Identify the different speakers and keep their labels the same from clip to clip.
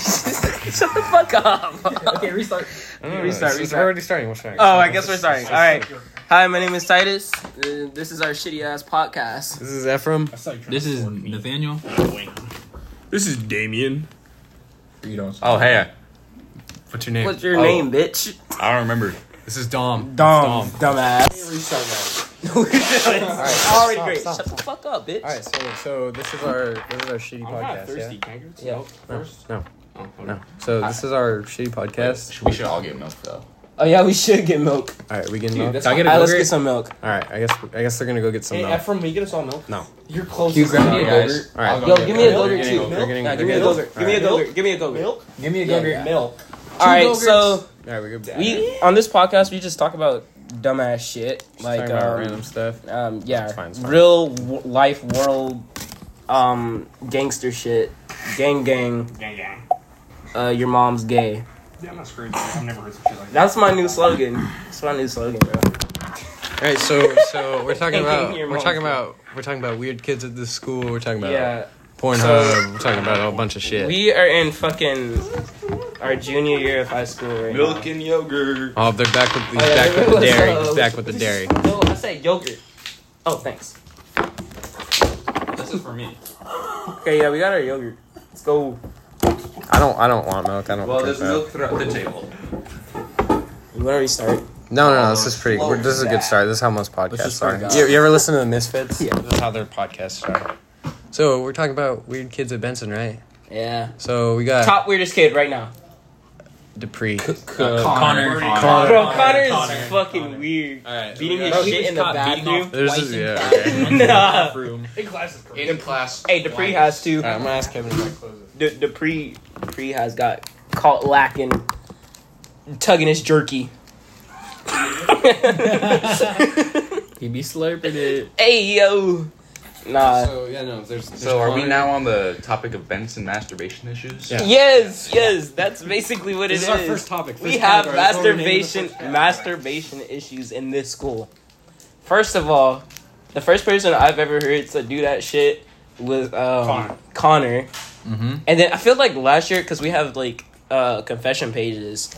Speaker 1: Shut the fuck up.
Speaker 2: Okay, restart.
Speaker 1: Let me restart,
Speaker 3: It's
Speaker 1: restart.
Speaker 3: already starting. What's starting?
Speaker 1: Oh, I guess we're starting. All right. Hi, my name is Titus. Uh, this is our shitty ass podcast.
Speaker 3: This is Ephraim.
Speaker 4: This is Nathaniel.
Speaker 5: This is Damien.
Speaker 2: You don't.
Speaker 4: Oh hey,
Speaker 3: What's your name?
Speaker 1: What's your name, bitch?
Speaker 4: I don't remember.
Speaker 3: This is Dom.
Speaker 2: Dumb,
Speaker 3: Dumb.
Speaker 2: dumbass.
Speaker 3: Restart that.
Speaker 1: Already great.
Speaker 3: stop.
Speaker 1: Shut the fuck up, bitch.
Speaker 3: All right. So, so this is our this is our shitty podcast. Yeah.
Speaker 5: Can I get
Speaker 1: Yeah.
Speaker 5: first?
Speaker 3: No.
Speaker 5: Oh,
Speaker 3: No. So this is our shitty podcast.
Speaker 4: We should all get milk though.
Speaker 1: Oh yeah, we should get milk.
Speaker 3: All right. We getting milk.
Speaker 5: that's
Speaker 3: Can I get
Speaker 1: All right, let's
Speaker 3: yogurt?
Speaker 1: get some milk.
Speaker 3: All right. I guess I guess they're gonna go get some
Speaker 5: Hey,
Speaker 3: milk.
Speaker 5: Ephraim, we get us all milk?
Speaker 3: No.
Speaker 5: You're close.
Speaker 2: You grab
Speaker 4: me a yogurt?
Speaker 3: All right.
Speaker 1: Yo, give me a yogurt
Speaker 4: They're
Speaker 1: too.
Speaker 4: getting-
Speaker 1: Nah,
Speaker 3: They're getting.
Speaker 1: give me a yogurt. Give me a
Speaker 5: Milk?
Speaker 1: yogurt. Give me a yogurt.
Speaker 5: milk?
Speaker 2: Give me a
Speaker 5: Yogurt, milk.
Speaker 1: All right, so
Speaker 3: All right. We go.
Speaker 1: we on this podcast we just talk about dumbass shit like
Speaker 3: talking about
Speaker 1: um,
Speaker 3: random stuff.
Speaker 1: um yeah,
Speaker 3: fine, it's fine.
Speaker 1: real w- life world um gangster shit, gang gang.
Speaker 5: Gang, gang.
Speaker 1: Uh, your mom's gay.
Speaker 5: Yeah, I'm not screwed. I've never heard some shit like
Speaker 1: That's my new slogan. That's my new slogan, bro.
Speaker 3: All right. So so we're talking about we're talking about we're talking about weird kids at this school. We're talking about
Speaker 1: Yeah,
Speaker 3: Pornhub.
Speaker 1: So-
Speaker 3: we're talking about a whole bunch of shit.
Speaker 1: we are in fucking our junior year of high school right
Speaker 4: Milk
Speaker 1: now.
Speaker 4: and yogurt.
Speaker 3: Oh, they're back with he's
Speaker 1: Oh, yeah,
Speaker 3: back with the
Speaker 1: let's,
Speaker 3: dairy.
Speaker 1: uh,
Speaker 3: He's back with the dairy.
Speaker 1: No, I said yogurt. Oh, thanks.
Speaker 4: This is for me.
Speaker 1: Okay, yeah, we got our yogurt. Let's go.
Speaker 3: I don't I don't want milk. I don't.
Speaker 4: Well,
Speaker 3: drink
Speaker 4: there's milk throughout the table.
Speaker 1: You want to restart?
Speaker 3: No, no, no. This is pretty. We're, this is a good start. This is how most podcasts are. You, you ever listen to the Misfits? Yeah. This is how their podcasts start. So we're talking about weird kids at Benson, right?
Speaker 1: Yeah.
Speaker 3: So we got
Speaker 1: Top weirdest kid right now.
Speaker 3: Dupree.
Speaker 4: Connor.
Speaker 3: Connor.
Speaker 1: Bro, Connor is fucking weird. Beating his
Speaker 3: Bro, he
Speaker 1: shit in the bathroom.
Speaker 3: Uh, There's this- yeah. okay.
Speaker 1: Nah.
Speaker 5: Big glasses.
Speaker 4: In class.
Speaker 1: Hey, Dupree has to.
Speaker 3: Alright, I'm gonna ask Kevin. About
Speaker 1: D- Dupree, Dupree has got caught lacking, tugging his jerky.
Speaker 2: He be slurping it.
Speaker 1: hey yo, nah.
Speaker 3: so yeah, no. There's,
Speaker 4: So are we now on the topic of Benson masturbation issues?
Speaker 3: Yeah.
Speaker 1: Yes, yes, that's basically what
Speaker 3: This
Speaker 1: it
Speaker 3: is
Speaker 1: is.
Speaker 3: our first topic.
Speaker 1: we have masturbation, masturbation issues in this school. First of all, the first person I've ever heard to do that shit was um, Connor.
Speaker 3: Mm-hmm.
Speaker 1: And then I feel like last year, because we have like uh, confession pages,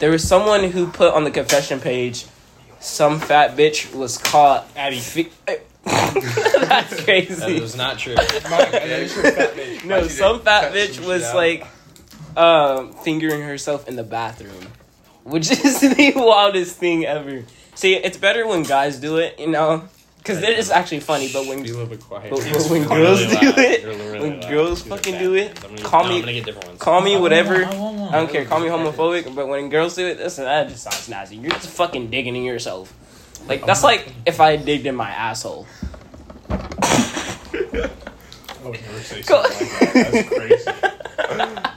Speaker 1: there was someone who put on the confession page, some fat bitch was caught.
Speaker 5: Abby.
Speaker 1: Fi- That's
Speaker 3: That
Speaker 1: crazy.
Speaker 3: was not true.
Speaker 1: No, some fat bitch was
Speaker 3: out.
Speaker 1: like um, fingering herself in the bathroom, which is the wildest thing ever. See, it's better when guys do it, you know, because it is actually funny. But when
Speaker 3: Be a little bit quiet.
Speaker 1: but, but when girls do it, when girls fucking do it, call me call me whatever.
Speaker 4: I want one.
Speaker 1: I don't care. Call me homophobic, but when girls do it, that's, that just sounds nasty. You're just fucking digging in yourself. Like that's like if I digged in my asshole.
Speaker 5: I would never say
Speaker 1: Go-
Speaker 5: something like that. That's crazy.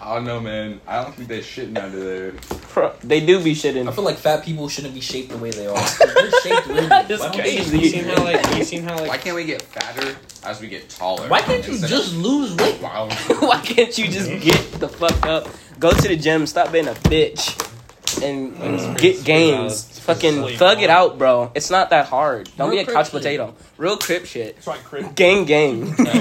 Speaker 4: I don't know, man. I don't think there's shitting under there.
Speaker 1: Pro- They do be shitting.
Speaker 2: I feel like fat people shouldn't be shaped the way they are. They're shaped weird.
Speaker 1: That is
Speaker 2: Why don't they
Speaker 1: crazy.
Speaker 2: just be shaped like-
Speaker 3: you seen how
Speaker 4: Why can't we get fatter as we get taller?
Speaker 2: Why can't you
Speaker 4: Instead
Speaker 2: just lose
Speaker 4: of-
Speaker 2: weight?
Speaker 4: Wow.
Speaker 1: Why can't you just get the fuck up, go to the gym, stop being a bitch, and, and get gains? Fucking
Speaker 5: pretty
Speaker 1: thug
Speaker 5: solid.
Speaker 1: it out, bro. It's not that hard. Don't
Speaker 2: Real
Speaker 1: be a couch
Speaker 2: crip shit.
Speaker 1: potato. Real crip shit.
Speaker 5: That's right, Chris.
Speaker 1: Gang, gang.
Speaker 3: we're, not, we're not-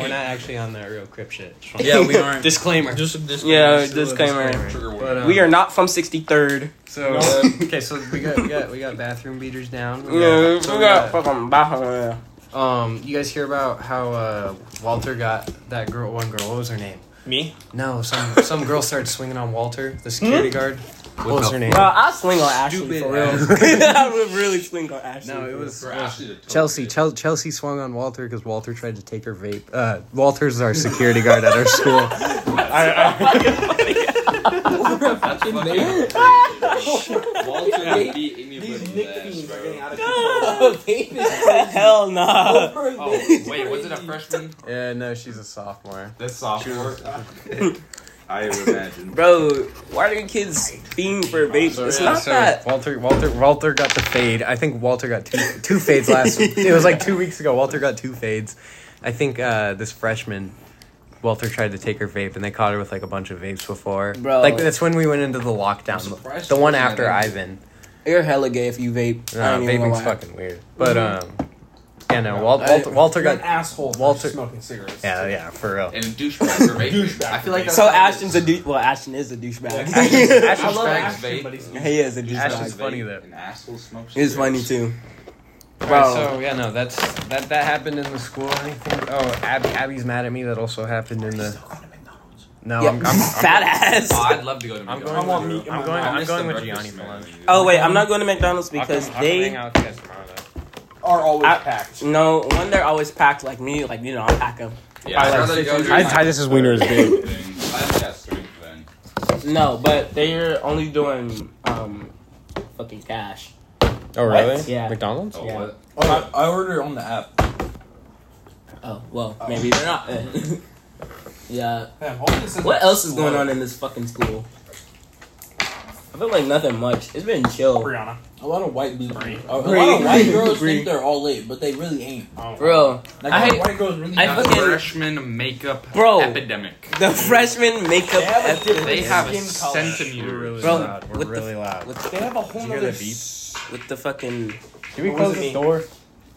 Speaker 3: we're not actually on that real crip shit.
Speaker 5: Yeah, we aren't.
Speaker 3: Disclaimer.
Speaker 2: Just a disclaimer.
Speaker 1: Yeah,
Speaker 2: Still a
Speaker 1: disclaimer.
Speaker 4: Trigger warning.
Speaker 3: But, um,
Speaker 1: We are not from 63rd.
Speaker 3: So uh, okay, so we got we got we got bathroom beaters down.
Speaker 1: Yeah,
Speaker 3: so
Speaker 1: we got fucking Baja.
Speaker 3: Um, you guys hear about how uh, Walter got that girl? One girl. What was her name?
Speaker 5: Me?
Speaker 3: No, some some girl started swinging on Walter, the security guard. Hmm? What was her name?
Speaker 1: Bro, I swing on Ashley
Speaker 3: Stupid
Speaker 1: for real.
Speaker 3: ass.
Speaker 1: I would really swing on Ashley.
Speaker 3: No, it
Speaker 1: for
Speaker 3: was
Speaker 4: For Ashley to talk
Speaker 3: Chelsea.
Speaker 4: to.
Speaker 3: Chel- Chelsea swung on Walter because Walter tried to take her vape. Uh, Walter's our security guard at our school.
Speaker 2: disclaimer. Fucking man.
Speaker 4: Walter would beat anybody.
Speaker 2: These
Speaker 4: with
Speaker 2: Nick
Speaker 4: that,
Speaker 2: fiends
Speaker 4: bro.
Speaker 2: are getting out of control.
Speaker 1: real. Hell nah.
Speaker 2: Oh,
Speaker 4: Wait, was it a freshman?
Speaker 3: yeah, no, she's a sophomore.
Speaker 4: That's sophomore. I would imagine.
Speaker 1: Bro, why do kids fiend for vape? It's
Speaker 3: yeah,
Speaker 1: not
Speaker 3: so
Speaker 1: that.
Speaker 3: Walter, Walter, Walter got the fade. I think Walter got two two fades last. it was like two weeks ago. Walter got two fades. I think uh, this freshman, Walter tried to take her vape, and they caught her with like a bunch of vapes before.
Speaker 1: Bro.
Speaker 3: Like that's when we went into the
Speaker 4: I'm
Speaker 3: lockdown,
Speaker 4: surprised
Speaker 3: the
Speaker 4: she
Speaker 3: one
Speaker 4: wasn't
Speaker 3: after
Speaker 4: at
Speaker 3: Ivan.
Speaker 1: You're hella gay if you vape.
Speaker 3: No,
Speaker 1: I ain't even Mm-hmm. gonna
Speaker 3: vaping's
Speaker 1: lie.
Speaker 3: fucking weird. But um, Yeah, no, Wal- Walter, Walter
Speaker 5: You're an
Speaker 3: got.
Speaker 5: asshole. for
Speaker 3: Walter-
Speaker 5: smoking cigarettes.
Speaker 3: Yeah, yeah, for real.
Speaker 4: And douchebag for vaping.
Speaker 5: Douchebag
Speaker 4: I feel like
Speaker 5: for
Speaker 4: that's
Speaker 1: So
Speaker 4: how it
Speaker 1: Ashton's a
Speaker 4: is.
Speaker 1: douche. Well, Ashton is a
Speaker 5: Ashton's-
Speaker 1: douchebag.
Speaker 5: I love
Speaker 4: Douchebags
Speaker 5: Ashton,
Speaker 4: vape.
Speaker 5: but he's
Speaker 1: he is a
Speaker 3: Ashton's
Speaker 1: douchebag.
Speaker 4: Douchebags
Speaker 3: funny,
Speaker 4: vape
Speaker 3: though.
Speaker 4: And asshole smokes.
Speaker 1: He's funny
Speaker 4: cigarettes.
Speaker 1: too.
Speaker 3: Alright,
Speaker 1: Bro.
Speaker 3: so yeah, no, that's that that happened in the school. Anything? Oh, Abby, Abby's mad at me. That also happened in the. No,
Speaker 1: Yeah,
Speaker 3: I'm, I'm, I'm,
Speaker 1: fat ass.
Speaker 4: Oh, I'd love to go to
Speaker 3: I'm
Speaker 4: McDonald's.
Speaker 3: going.
Speaker 5: I want meat
Speaker 3: with,
Speaker 5: in
Speaker 3: I'm
Speaker 5: my
Speaker 3: going.
Speaker 5: mouth.
Speaker 4: I
Speaker 3: I'm
Speaker 4: miss
Speaker 3: going
Speaker 4: the
Speaker 3: with
Speaker 4: breakfast
Speaker 3: Gianni for
Speaker 4: menu,
Speaker 3: lunch
Speaker 4: dude.
Speaker 1: Oh wait, I'm not going to McDonald's
Speaker 3: I'll
Speaker 1: because
Speaker 3: come- I'll come hang
Speaker 1: they
Speaker 3: out with you guys tomorrow, though.
Speaker 5: are always
Speaker 1: I-
Speaker 5: packed.
Speaker 1: no one. They're always packed like me. Like you know, I pack them.
Speaker 4: Yeah, I'd
Speaker 1: I
Speaker 4: rather
Speaker 5: like
Speaker 4: go
Speaker 5: six-
Speaker 4: to
Speaker 5: I'd
Speaker 4: my-
Speaker 5: tie
Speaker 3: this wiener is big.
Speaker 4: I've got strength then.
Speaker 1: No, but they're only doing um, fucking cash.
Speaker 3: Oh
Speaker 1: really? Yeah.
Speaker 3: McDonald's.
Speaker 4: Oh,
Speaker 1: Yeah.
Speaker 4: what?
Speaker 2: Oh, I, I ordered on the app.
Speaker 1: Oh well, maybe they're not. yeah.
Speaker 5: Man, hope this isn't
Speaker 1: What else is going
Speaker 5: slow.
Speaker 1: on in this fucking school? I feel like nothing much. It's been chill,
Speaker 5: Brianna?
Speaker 2: A lot of white people. A, a lot
Speaker 1: Green.
Speaker 2: of white girls
Speaker 1: Green.
Speaker 2: think they're all lit, but they really ain't.
Speaker 5: Oh.
Speaker 1: bro.
Speaker 2: Like
Speaker 1: I
Speaker 2: a lot of
Speaker 1: hate-
Speaker 2: white girls really.
Speaker 1: I
Speaker 2: not
Speaker 4: The
Speaker 1: fucking-
Speaker 4: freshman makeup
Speaker 1: Bro.
Speaker 4: epidemic.
Speaker 1: The freshman makeup.
Speaker 2: They have a
Speaker 1: episode-
Speaker 2: different-
Speaker 4: They have a
Speaker 2: Skin color.
Speaker 4: centimeter.
Speaker 1: Bro,
Speaker 3: loud. We're
Speaker 1: what the
Speaker 3: really loud.
Speaker 1: with
Speaker 2: They
Speaker 1: the,
Speaker 2: have a whole
Speaker 3: Did you hear
Speaker 2: nother
Speaker 3: the beep?
Speaker 2: s-
Speaker 1: with the fucking.
Speaker 3: Can we
Speaker 5: What was it mean?
Speaker 3: door?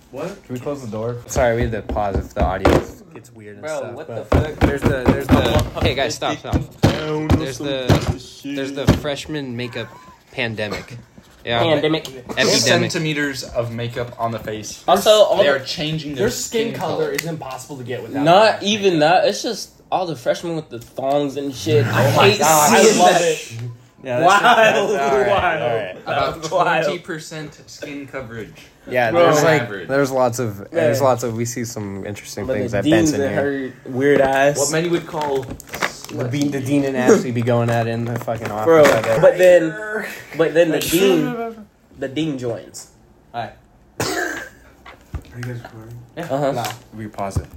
Speaker 4: What?
Speaker 3: Can we close the door? Sorry, we had to pause if the audio gets weird and
Speaker 1: Bro,
Speaker 3: stuff.
Speaker 1: what the
Speaker 3: but-
Speaker 1: fuck?
Speaker 3: There's the there's the hey guys stop stop. There's the there's the freshman makeup pandemic. Yeah,
Speaker 1: Pandemic.
Speaker 3: epidemic.
Speaker 4: Centimeters of makeup on the face.
Speaker 1: Also, all
Speaker 4: They
Speaker 1: the
Speaker 4: are changing their,
Speaker 5: Their skin color is impossible to get without.
Speaker 1: Not
Speaker 5: that.
Speaker 1: even that. It's just all the freshmen with the thongs and shit. I
Speaker 4: my
Speaker 1: hate
Speaker 4: God,
Speaker 5: I
Speaker 1: seeing
Speaker 5: love
Speaker 1: that.
Speaker 5: it.
Speaker 3: Yeah,
Speaker 1: that's- Wild,
Speaker 5: that's- all right, wild. all right.
Speaker 4: About
Speaker 1: wild.
Speaker 4: twenty percent skin coverage.
Speaker 3: Yeah,
Speaker 1: Bro.
Speaker 3: there's like
Speaker 4: Average.
Speaker 3: there's lots of there's
Speaker 1: Yeah.
Speaker 3: lots of we see some interesting
Speaker 1: But
Speaker 3: things
Speaker 1: the
Speaker 3: at Benson
Speaker 1: deans and
Speaker 3: here.
Speaker 1: her weird ass.
Speaker 4: What many would call
Speaker 3: The, be- the dean and Ashley be going at it in the fucking office.
Speaker 1: Bro,
Speaker 3: out there.
Speaker 1: but then, but then the dean, the dean joins.
Speaker 5: Are you guys recording?
Speaker 1: Uh-huh.
Speaker 3: we pause it.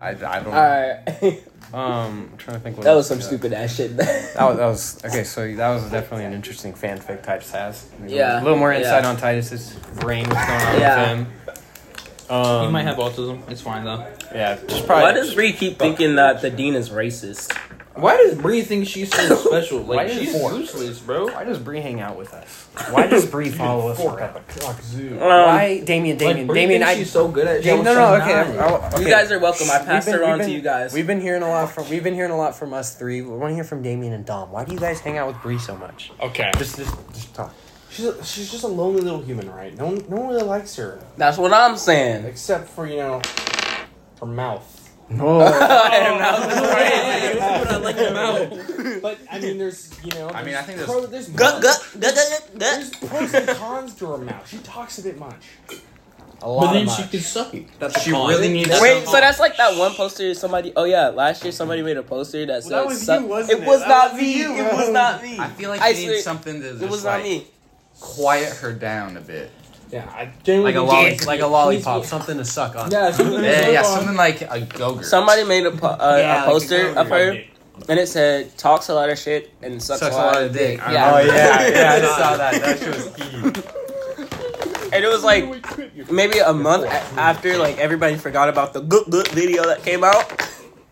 Speaker 3: I, I don't.
Speaker 1: Alright,
Speaker 3: Um, I'm trying to think. What
Speaker 1: that was
Speaker 3: else
Speaker 1: some
Speaker 3: we got.
Speaker 1: stupid ass shit.
Speaker 3: That was, that was okay. So that was definitely an interesting fanfic type sass.
Speaker 1: Yeah,
Speaker 3: a little more insight
Speaker 1: yeah.
Speaker 3: on Titus's brain. What's going on
Speaker 1: Yeah.
Speaker 3: with him? Um,
Speaker 2: He might have autism. It's fine though.
Speaker 3: Yeah, just probably.
Speaker 1: Why does Bree keep thinking that the dean is racist?
Speaker 2: Why does Bree think she's so special? Like
Speaker 3: does-
Speaker 2: she's useless, bro.
Speaker 3: why does Bree hang out with us? Why does Bree follow us
Speaker 5: Fork
Speaker 3: around?
Speaker 5: at the cock zoo.
Speaker 1: Um,
Speaker 3: Why, Damien? Damien?
Speaker 2: Like, Bree
Speaker 3: Damien?
Speaker 2: thinks
Speaker 3: I.
Speaker 2: she's so good at.
Speaker 3: Damien,
Speaker 2: she's
Speaker 3: no, no,
Speaker 2: so
Speaker 3: okay,
Speaker 2: nice.
Speaker 3: I- I- okay.
Speaker 1: You guys are welcome. I
Speaker 3: We've
Speaker 1: passed
Speaker 3: been-
Speaker 1: her
Speaker 3: we've
Speaker 1: on
Speaker 3: been-
Speaker 1: to you guys.
Speaker 3: We've been hearing a lot from. We've been hearing a lot from us three. We want to hear from Damien and Dom. Why do you guys hang out with Bree so much?
Speaker 5: Okay.
Speaker 3: Just, just, just talk.
Speaker 5: She's a, she's just a lonely little human, right? No one no one really likes her
Speaker 1: That's what I'm saying.
Speaker 5: except for you know her mouth.
Speaker 3: No.
Speaker 1: And I was like,
Speaker 5: But I mean, there's you know.
Speaker 4: I mean,
Speaker 5: there's
Speaker 4: I think there's-
Speaker 5: pro- there's
Speaker 1: "Gut, gut, gut, gut,
Speaker 5: there's
Speaker 1: gut,
Speaker 5: pros and cons to her mouth. She talks a bit much.
Speaker 3: a lot
Speaker 2: But then
Speaker 3: of
Speaker 2: she
Speaker 3: much.
Speaker 2: could suck it.
Speaker 4: That's she
Speaker 2: con.
Speaker 4: really needs
Speaker 1: gut." Wait, so
Speaker 4: some-
Speaker 1: that's like that one poster somebody. Oh yeah, last year somebody made a poster that said.
Speaker 5: that was you,
Speaker 1: suck-
Speaker 5: wasn't
Speaker 1: it
Speaker 5: it?
Speaker 1: was
Speaker 5: That
Speaker 1: not
Speaker 5: was
Speaker 1: me.
Speaker 5: you,
Speaker 1: it was
Speaker 5: bro.
Speaker 1: not me.
Speaker 4: I feel like
Speaker 1: I
Speaker 4: she
Speaker 1: swear-
Speaker 4: needs something to just
Speaker 1: It was
Speaker 4: like
Speaker 1: not me.
Speaker 4: quiet her down a bit.
Speaker 5: Yeah, I genuinely
Speaker 4: Like a
Speaker 5: think
Speaker 4: lolli-
Speaker 5: she's-
Speaker 3: like a lollipop, something to suck on.
Speaker 5: Yeah, something
Speaker 4: Yeah, yeah,
Speaker 5: goes on.
Speaker 4: something like a go-gurt.
Speaker 1: Somebody made a, po- uh, a
Speaker 3: Yeah, like
Speaker 1: poster
Speaker 3: a
Speaker 1: of her,
Speaker 5: Fuck it.
Speaker 1: and it said "talks a lot of shit and sucks, a lot, of dick."
Speaker 3: I
Speaker 1: Yeah.
Speaker 3: know. Oh, yeah, yeah, I saw
Speaker 4: that. That shit was key.
Speaker 1: and it was like maybe a month a- after, like everybody forgot about the good good video that came out,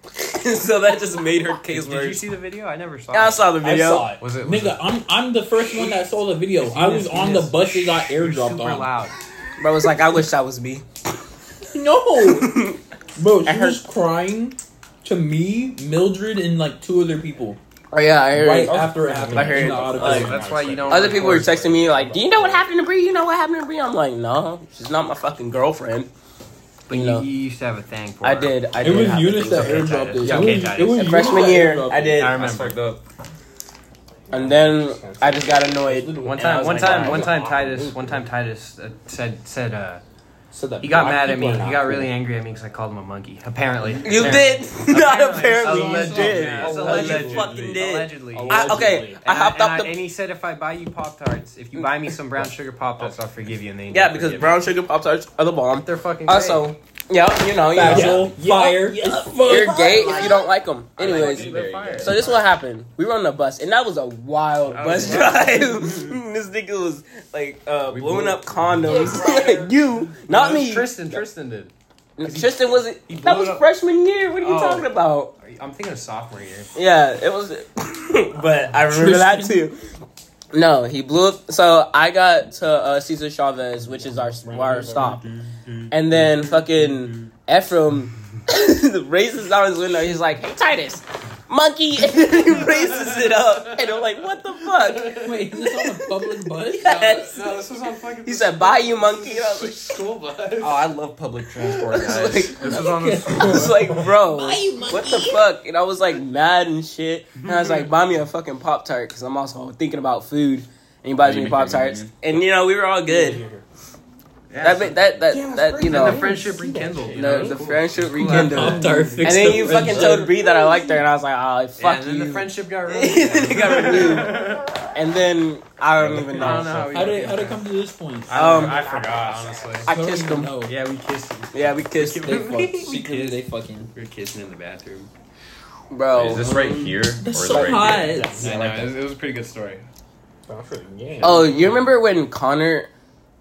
Speaker 1: so that just made her case
Speaker 3: Did you
Speaker 1: worse.
Speaker 3: see the video? I never saw.
Speaker 1: I
Speaker 3: it.
Speaker 1: saw the
Speaker 5: I
Speaker 1: video.
Speaker 5: saw it.
Speaker 3: Was it? Was
Speaker 2: Nigga, I'm I'm the first one that saw the video. I was on the bus she got
Speaker 3: it super
Speaker 2: airdropped on.
Speaker 3: loud.
Speaker 1: Bro was like, "I wish that was me."
Speaker 2: No, bro, she
Speaker 1: I heard-
Speaker 2: was crying to me, Mildred, and like two other people
Speaker 1: Oh yeah, I heard.
Speaker 2: right after it happened.
Speaker 1: I heard
Speaker 2: in the
Speaker 1: it.
Speaker 2: auditorium.
Speaker 1: Like,
Speaker 3: that's why you don't.
Speaker 1: Other people were texting me like, "Do you know what happened to Bree? You know what happened to Bree?" I'm like, "No, she's not my fucking girlfriend."
Speaker 3: But
Speaker 1: you know.
Speaker 3: you, you used to have a thing for.
Speaker 1: I
Speaker 3: her.
Speaker 1: did. I
Speaker 2: it
Speaker 1: did.
Speaker 2: was
Speaker 1: have a
Speaker 2: Eunice
Speaker 1: thing
Speaker 2: that
Speaker 1: for her.
Speaker 2: airdropped it.
Speaker 3: Yeah,
Speaker 2: It was-
Speaker 3: okay,
Speaker 2: it was
Speaker 1: In
Speaker 2: Eunice
Speaker 1: freshman
Speaker 2: that
Speaker 1: year,
Speaker 2: airdropped
Speaker 1: I
Speaker 2: it.
Speaker 1: did.
Speaker 3: I
Speaker 4: That's
Speaker 3: remember.
Speaker 4: fucked up.
Speaker 1: And then I just got annoyed.
Speaker 3: One
Speaker 1: And I
Speaker 3: time,
Speaker 1: was
Speaker 3: one
Speaker 1: like,
Speaker 3: time,
Speaker 1: "Why?"
Speaker 3: one time, Titus, one time, Titus uh, said said uh,
Speaker 2: So that
Speaker 3: he got
Speaker 2: black
Speaker 3: mad at me.
Speaker 2: people
Speaker 3: He
Speaker 2: are not
Speaker 3: got really
Speaker 2: cool.
Speaker 3: angry at me because I called him a monkey. Apparently,
Speaker 1: You did. Not apparently.
Speaker 3: Allegedly.
Speaker 1: You did.
Speaker 3: Yes,
Speaker 1: Allegedly. You
Speaker 3: allegedly.
Speaker 1: fucking did.
Speaker 3: Allegedly.
Speaker 1: I, okay,
Speaker 2: Allegedly.
Speaker 1: I
Speaker 3: And
Speaker 1: hopped
Speaker 3: and
Speaker 1: off
Speaker 3: I-
Speaker 1: the.
Speaker 3: and he said, "If I buy you pop tarts, if you buy me some brown sugar pop tarts, I'll forgive you." And they
Speaker 1: Yeah,
Speaker 3: didn't
Speaker 1: because
Speaker 3: forgive me.
Speaker 1: brown Uh, sugar pop tarts are the bomb.
Speaker 3: They're fucking. Great.
Speaker 1: Also, yeah, you know, you know.
Speaker 2: Factual, fire.
Speaker 1: You're gay if you don't like them.
Speaker 4: I like
Speaker 1: Anyways,
Speaker 4: it. They're fire.
Speaker 1: so this is what happened. We were on the bus, and that was a wild
Speaker 3: That
Speaker 1: bus
Speaker 3: was
Speaker 1: drive. this nigga was like uh,
Speaker 3: We
Speaker 1: blowing
Speaker 3: blew-
Speaker 1: up condoms. like you, not me.
Speaker 3: Tristan. Tristan did.
Speaker 1: Tristan wasn't.
Speaker 3: he blew
Speaker 1: That
Speaker 3: it
Speaker 1: was
Speaker 3: up.
Speaker 1: freshman year. What are you
Speaker 3: Oh.
Speaker 1: talking about?
Speaker 3: I'm thinking of sophomore year.
Speaker 1: Yeah, it was. but I remember that too. No, he blew up. So I got to uh, Cesar Chavez, which is our our stop, And then fucking Ephraim raises out his window. He's like, "Hey Titus, monkey!" And then he raises it up, and I'm like, "What the fuck?"
Speaker 2: Wait, is this on a public bus?
Speaker 1: Yes.
Speaker 6: No, this was on fucking
Speaker 1: He said, "Bye, you monkey." And I was like,
Speaker 6: school bus.
Speaker 2: Oh, I love public transport,
Speaker 1: like-
Speaker 2: guys.
Speaker 3: This was on the
Speaker 1: I was like, bro, what the fuck? And I was like mad and shit. And I was like, buy me a fucking Pop Tart because I'm also thinking about food. And he buys me
Speaker 4: Maybe,
Speaker 1: Pop Tarts.
Speaker 4: maybe.
Speaker 1: And you know, we were all good. That ma- that that,
Speaker 5: Yeah,
Speaker 1: that you
Speaker 3: And the
Speaker 1: know,
Speaker 3: friendship rekindled. You know?
Speaker 1: the, the friendship
Speaker 3: Pop
Speaker 1: rekindled.
Speaker 3: Tart fixed
Speaker 1: And then
Speaker 3: the
Speaker 1: you fucking
Speaker 3: friendship.
Speaker 1: told Bree that I liked her, and I was like, oh,
Speaker 3: Yeah,
Speaker 1: fuck
Speaker 3: and then
Speaker 1: you.
Speaker 3: the friendship got ruined.
Speaker 1: And then it got renewed. And then I don't even
Speaker 3: I don't
Speaker 1: know.
Speaker 3: know how we
Speaker 2: How
Speaker 3: got
Speaker 2: did
Speaker 3: there.
Speaker 2: how did it come to this point?
Speaker 3: I don't
Speaker 1: Um,
Speaker 3: know. I forgot honestly.
Speaker 1: I
Speaker 2: don't
Speaker 1: kissed
Speaker 2: even
Speaker 1: him.
Speaker 2: know.
Speaker 3: yeah, we kissed.
Speaker 1: Yeah, we kissed,
Speaker 2: They fucked. Secretly,
Speaker 3: kissed.
Speaker 2: they fucking.
Speaker 3: We were kissing in the bathroom.
Speaker 1: bro.
Speaker 4: Is this right here?
Speaker 2: That's
Speaker 4: or is
Speaker 2: so
Speaker 4: it
Speaker 2: hot.
Speaker 4: right
Speaker 2: It's-
Speaker 3: I know it, was, it was a pretty good story.
Speaker 5: Yeah.
Speaker 1: Oh, you remember when Connor?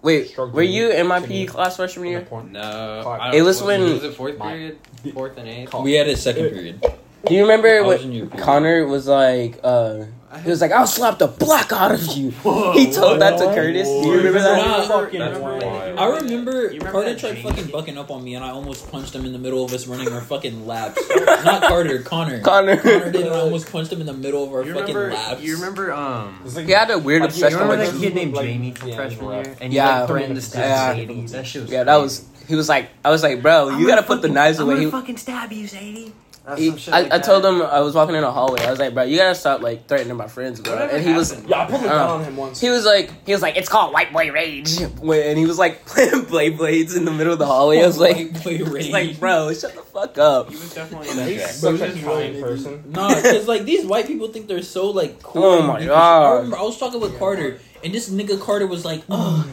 Speaker 1: Wait,
Speaker 5: Struggling
Speaker 1: were you in my
Speaker 5: to
Speaker 1: PE
Speaker 5: be
Speaker 1: class freshman
Speaker 5: In a
Speaker 1: year?
Speaker 5: porn.
Speaker 6: No,
Speaker 5: Fuck.
Speaker 6: I
Speaker 1: It
Speaker 6: don't-
Speaker 1: was when-
Speaker 6: was it fourth
Speaker 5: My-
Speaker 6: period, fourth and eighth.
Speaker 2: We had a second period.
Speaker 1: Do you
Speaker 2: I
Speaker 1: remember
Speaker 2: was in
Speaker 1: when
Speaker 2: your period.
Speaker 1: Connor was like? uh He was like, "I'll slap the block out of you." He told that to Curtis. Do you remember that?
Speaker 2: Wow.
Speaker 5: Fucking wild.
Speaker 2: I remember
Speaker 3: You remember
Speaker 2: Carter
Speaker 3: that
Speaker 2: tried
Speaker 3: dream?
Speaker 2: fucking bucking up on me, and I almost punched him in the middle of us running our fucking laps. Not Carter, Connor. Connor
Speaker 1: Connor.
Speaker 2: did, and I almost punched him in the middle of our
Speaker 3: You
Speaker 2: fucking
Speaker 3: remember?
Speaker 2: laps.
Speaker 3: You remember? Um.
Speaker 5: It's like-
Speaker 1: He had a weird
Speaker 5: Like, you
Speaker 3: You
Speaker 1: obsession
Speaker 3: remember
Speaker 5: Freshman
Speaker 1: with.
Speaker 3: that
Speaker 5: year.
Speaker 3: kid named
Speaker 5: Like,
Speaker 3: Jamie from
Speaker 5: yeah,
Speaker 3: freshman
Speaker 5: rough.
Speaker 3: year, and you
Speaker 1: Yeah.
Speaker 3: like threatened to stab
Speaker 1: Yeah.
Speaker 3: Sadie. That shit was.
Speaker 1: Yeah, that was. He was like, I was like, bro, you gotta put the knives away. He-
Speaker 3: fucking stab you, Sadie.
Speaker 1: he- I, I told him I was walking in a hallway. I was like, bro, you gotta stop like threatening my friends, bro.
Speaker 3: Whatever
Speaker 1: And he was
Speaker 3: happened?
Speaker 5: Yeah, I pulled a gun on him once.
Speaker 1: He was like, he was like, it's called white boy rage, and he was like playing blade blades in the middle of the hallway. I was like,
Speaker 2: White boy
Speaker 1: it's
Speaker 2: rage.
Speaker 1: like, bro, shut the fuck up.
Speaker 4: He was definitely in that jacket.
Speaker 2: Bro,
Speaker 5: such a
Speaker 2: this is
Speaker 5: kind
Speaker 2: really-
Speaker 5: person.
Speaker 2: Nah, because like these white people think they're so like cool.
Speaker 1: Oh
Speaker 2: and
Speaker 1: my
Speaker 2: deep.
Speaker 1: God.
Speaker 2: I remember I was talking with Carter, and this nigga Carter was like, "Ugh,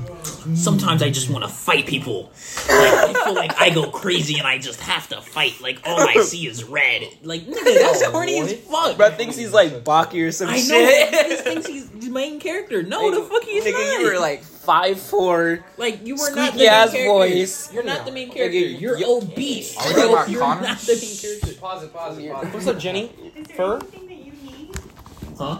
Speaker 2: sometimes I just want to fight people. Like, I feel like I go crazy and I just have to fight. Like all I see is red. Like nigga, that's
Speaker 1: Oh,
Speaker 2: corny as fuck.
Speaker 1: Bro thinks he's like Baki or some
Speaker 2: I know.
Speaker 1: shit.
Speaker 2: He thinks he's the main character. No, the fuck he's
Speaker 1: Nigga,
Speaker 2: not.
Speaker 1: you were like five four.
Speaker 2: Like, you were not
Speaker 1: squeaky
Speaker 2: the main
Speaker 1: ass
Speaker 2: character.
Speaker 1: voice.
Speaker 2: You're not the main
Speaker 1: Nigga,
Speaker 2: character.
Speaker 1: you-
Speaker 2: You're
Speaker 1: you-
Speaker 2: obese.
Speaker 6: Are we talking about
Speaker 2: You're
Speaker 6: Connor?
Speaker 2: not the main character.
Speaker 6: Pause it, pause it, pause it.
Speaker 5: What's up, Jenny?
Speaker 7: Is there
Speaker 5: Fur?
Speaker 7: anything that you need?
Speaker 2: Huh?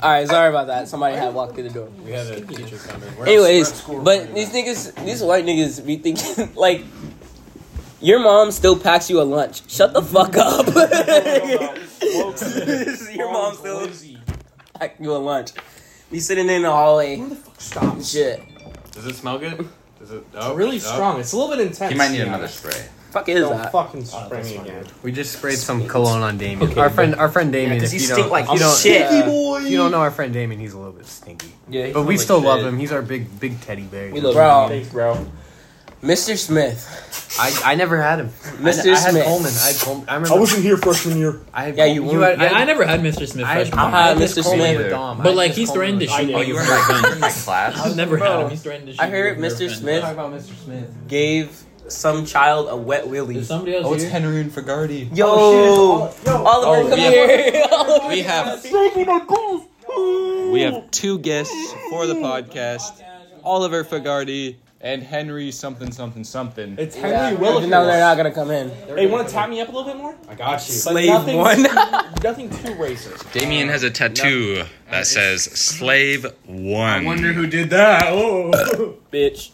Speaker 1: All right, sorry about that. Somebody had walked through the door.
Speaker 5: We had a teacher come in. We're at- we're at
Speaker 1: Anyways,
Speaker 5: school
Speaker 1: but
Speaker 5: right
Speaker 1: these niggas, these white niggas, be thinking like, your mom still packs you a lunch. Shut the fuck up. your mom still packs you a lunch. Be sitting in the hallway.
Speaker 5: now. Stop.
Speaker 1: Shit.
Speaker 4: Does it smell good? Does it? Oh,
Speaker 5: It's really
Speaker 4: oh.
Speaker 5: strong. It's a little bit intense.
Speaker 4: He might
Speaker 5: to
Speaker 4: need
Speaker 5: be
Speaker 4: another
Speaker 5: honest.
Speaker 4: spray.
Speaker 1: Fuck is
Speaker 5: Don't
Speaker 1: that?
Speaker 5: fucking spray me again.
Speaker 3: We just sprayed some cologne on Damien. our friend, our friend Damien.
Speaker 1: Because
Speaker 3: if
Speaker 1: you
Speaker 3: you,
Speaker 1: stink
Speaker 3: don't,
Speaker 1: like
Speaker 3: if you don't,
Speaker 1: shit.
Speaker 3: if you don't know our friend Damien, he's a little bit stinky.
Speaker 2: Yeah,
Speaker 3: But we still love him. He's our big, big teddy bear.
Speaker 2: We love
Speaker 1: Bro,
Speaker 5: Thanks, bro.
Speaker 1: Mr. Smith.
Speaker 3: I, I never had him.
Speaker 1: Mr.
Speaker 3: I, I had
Speaker 1: Smith.
Speaker 3: Coleman. I had Coleman. I remember.
Speaker 5: I wasn't here freshman year.
Speaker 3: I had
Speaker 1: Yeah,
Speaker 3: Col-
Speaker 1: you were.
Speaker 3: had-
Speaker 2: Yeah, I
Speaker 3: had-
Speaker 2: never had Mr. Smith
Speaker 3: I had,
Speaker 2: freshman.
Speaker 1: I had
Speaker 3: Miss
Speaker 1: Mr.
Speaker 3: Coleman
Speaker 1: Smith.
Speaker 3: with Dom. I
Speaker 2: But
Speaker 3: had
Speaker 2: like
Speaker 3: Miss
Speaker 2: he's
Speaker 3: Coleman
Speaker 2: threatened to
Speaker 3: with-
Speaker 5: I
Speaker 2: shoot
Speaker 5: did.
Speaker 2: me
Speaker 4: Oh, you were in
Speaker 2: with her
Speaker 4: my, you were
Speaker 2: gun.
Speaker 4: in my class.
Speaker 2: I've never had
Speaker 1: Bro,
Speaker 2: him. He's threatened to shoot
Speaker 1: I
Speaker 2: me
Speaker 1: heard
Speaker 2: with her
Speaker 1: Mr.
Speaker 2: gun.
Speaker 1: Smith
Speaker 6: about Mr. Smith.
Speaker 1: gave some child a wet
Speaker 2: Is Oh,
Speaker 1: willy.
Speaker 2: somebody else
Speaker 6: Oh, it's
Speaker 2: here?
Speaker 6: Henry and Fagardi.
Speaker 1: Yo,
Speaker 5: yo,
Speaker 1: Oliver,
Speaker 6: Oh,
Speaker 1: come
Speaker 6: yeah.
Speaker 1: here.
Speaker 6: We have we have two guests for the podcast: Oliver Fagardi and Henry something something something.
Speaker 5: It's Henry
Speaker 1: Yeah.
Speaker 5: Willis.
Speaker 1: No, they're not gonna come in.
Speaker 5: Hey, want to tap me up a little bit more? I got you. Like,
Speaker 1: Slave
Speaker 5: nothing,
Speaker 1: one.
Speaker 5: nothing too racist.
Speaker 8: Damien has a tattoo that says slave one.
Speaker 3: who did that. Oh.
Speaker 1: Bitch.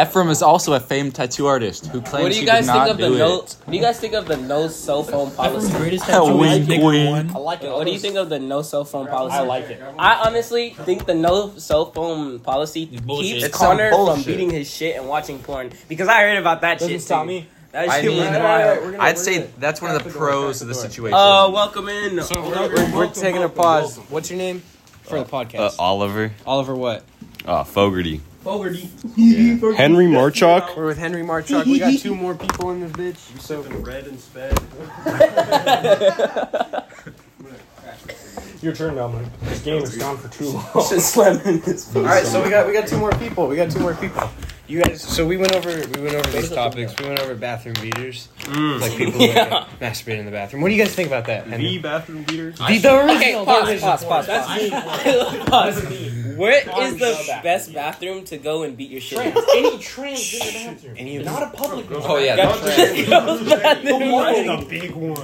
Speaker 6: Ephraim is also a famed tattoo artist who claims
Speaker 1: What do
Speaker 6: he
Speaker 1: you guys
Speaker 6: did not
Speaker 1: think of the
Speaker 6: do
Speaker 1: no?
Speaker 6: it.
Speaker 1: What do you guys think of the no cell phone
Speaker 2: Ephraim's
Speaker 1: policy?
Speaker 2: greatest tattoo is
Speaker 6: Wink,
Speaker 2: Nick
Speaker 6: wink.
Speaker 2: One.
Speaker 5: like it.
Speaker 1: What do you think of the no cell phone policy?
Speaker 5: I like it.
Speaker 1: I honestly think the no cell phone policy
Speaker 2: Bullshit.
Speaker 1: keeps
Speaker 2: It's
Speaker 6: some
Speaker 1: Connor from
Speaker 6: bullshit.
Speaker 1: beating his shit and watching porn because I heard about that
Speaker 5: Doesn't
Speaker 1: shit.
Speaker 5: stop
Speaker 1: too.
Speaker 5: me.
Speaker 1: That
Speaker 6: I
Speaker 1: shit was
Speaker 6: mean,
Speaker 1: wild.
Speaker 6: I'd say that's one of the pros of the situation.
Speaker 1: Uh, welcome in.
Speaker 5: We're,
Speaker 3: taking a pause. What's your name?
Speaker 5: for the
Speaker 8: Uh,
Speaker 5: podcast.
Speaker 8: Oliver.
Speaker 5: Oliver, what?
Speaker 8: Uh, Fogarty.
Speaker 2: Fogarty.
Speaker 8: Henry Marchuk.
Speaker 3: We're with Henry Marchuk. We got two more people in this bitch. So
Speaker 5: Your turn, Dominic. This game is gone for too long.
Speaker 1: Just slamming this.
Speaker 3: all right, so we got we got two more people. We got two more people. You guys. So we went over we went over these topics. We went over bathroom beaters, like people who
Speaker 1: Yeah.
Speaker 3: like, masturbate in the bathroom. What do you guys think about that? Henry?
Speaker 4: bathroom beater.
Speaker 3: The, the original.
Speaker 1: Okay, pause, pause, pause, pause. Pause. Where is the
Speaker 5: bathroom.
Speaker 1: best bathroom to go and beat your shit? in?
Speaker 5: Trans, any trans in the bathroom.
Speaker 3: Any of
Speaker 5: Not a public one.
Speaker 6: Oh yeah, that's
Speaker 1: Those bathrooms.
Speaker 5: The one.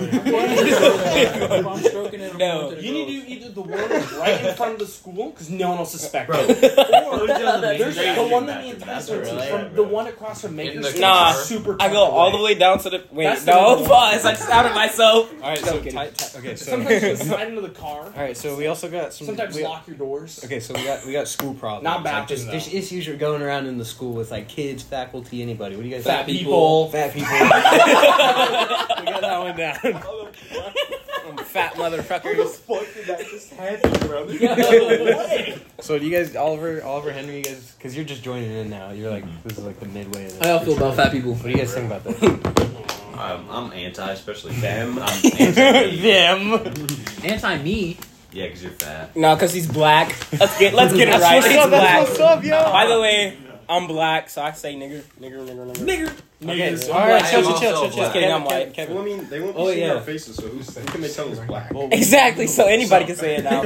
Speaker 2: I'm stroking it
Speaker 1: right now.
Speaker 5: You need to do either the one that's right in front of the school because no one will suspect
Speaker 7: Bro.
Speaker 5: it. Or there's
Speaker 1: That's
Speaker 7: Amazing.
Speaker 5: the
Speaker 1: crazy.
Speaker 5: one that the entire
Speaker 7: That's
Speaker 5: school
Speaker 7: really-
Speaker 5: from the one across from Maker's. Street,
Speaker 1: Nah,
Speaker 5: which is super.
Speaker 1: I go all the way down to the wait.
Speaker 5: That's the
Speaker 1: no,
Speaker 5: number one.
Speaker 1: pause. I just outed myself. All right,
Speaker 3: so
Speaker 1: kidding.
Speaker 3: Okay, so
Speaker 5: Sometimes you slide into the car.
Speaker 3: all right, so we also got some.
Speaker 5: Sometimes
Speaker 3: we,
Speaker 5: lock your doors.
Speaker 3: Okay, so we got we got school problems.
Speaker 5: Not
Speaker 3: Like,
Speaker 5: Baptist,
Speaker 3: just- There's issues are going around in the school with like kids, faculty, anybody. What do you guys?
Speaker 5: Fat
Speaker 3: think?
Speaker 5: people.
Speaker 3: Fat people. we got that one down.
Speaker 1: Fat motherfuckers.
Speaker 3: So do you guys, Oliver, Oliver Henry, you guys, because you're just joining in now. You're like, this is like the midway. Of this.
Speaker 1: I feel about fat people.
Speaker 3: What do you guys think about that?
Speaker 7: I'm, I'm anti, especially them. I'm anti.
Speaker 1: Them.
Speaker 2: Anti me.
Speaker 7: yeah, because you're fat.
Speaker 1: No, cause he's black. Let's get let's get it right.
Speaker 3: That's what's
Speaker 1: He's
Speaker 3: up,
Speaker 1: black.
Speaker 3: that's what's up, yo.
Speaker 1: By the way, I'm black, so I say nigger, nigger, nigger, nigger. Nigger.
Speaker 3: okay,
Speaker 5: Niggas.
Speaker 3: all right,
Speaker 7: I
Speaker 3: chill,
Speaker 7: am
Speaker 3: chill, chill,
Speaker 7: also
Speaker 3: chill, chill.
Speaker 7: black.
Speaker 1: Kidding, I'm
Speaker 3: Kevin,
Speaker 1: white.
Speaker 3: Kevin,
Speaker 9: Well, I
Speaker 3: Kevin.
Speaker 9: mean, they won't be
Speaker 3: Oh,
Speaker 9: seeing
Speaker 3: yeah.
Speaker 9: our faces, so who's, who can they tell is black?
Speaker 1: Exactly. So anybody can say it now.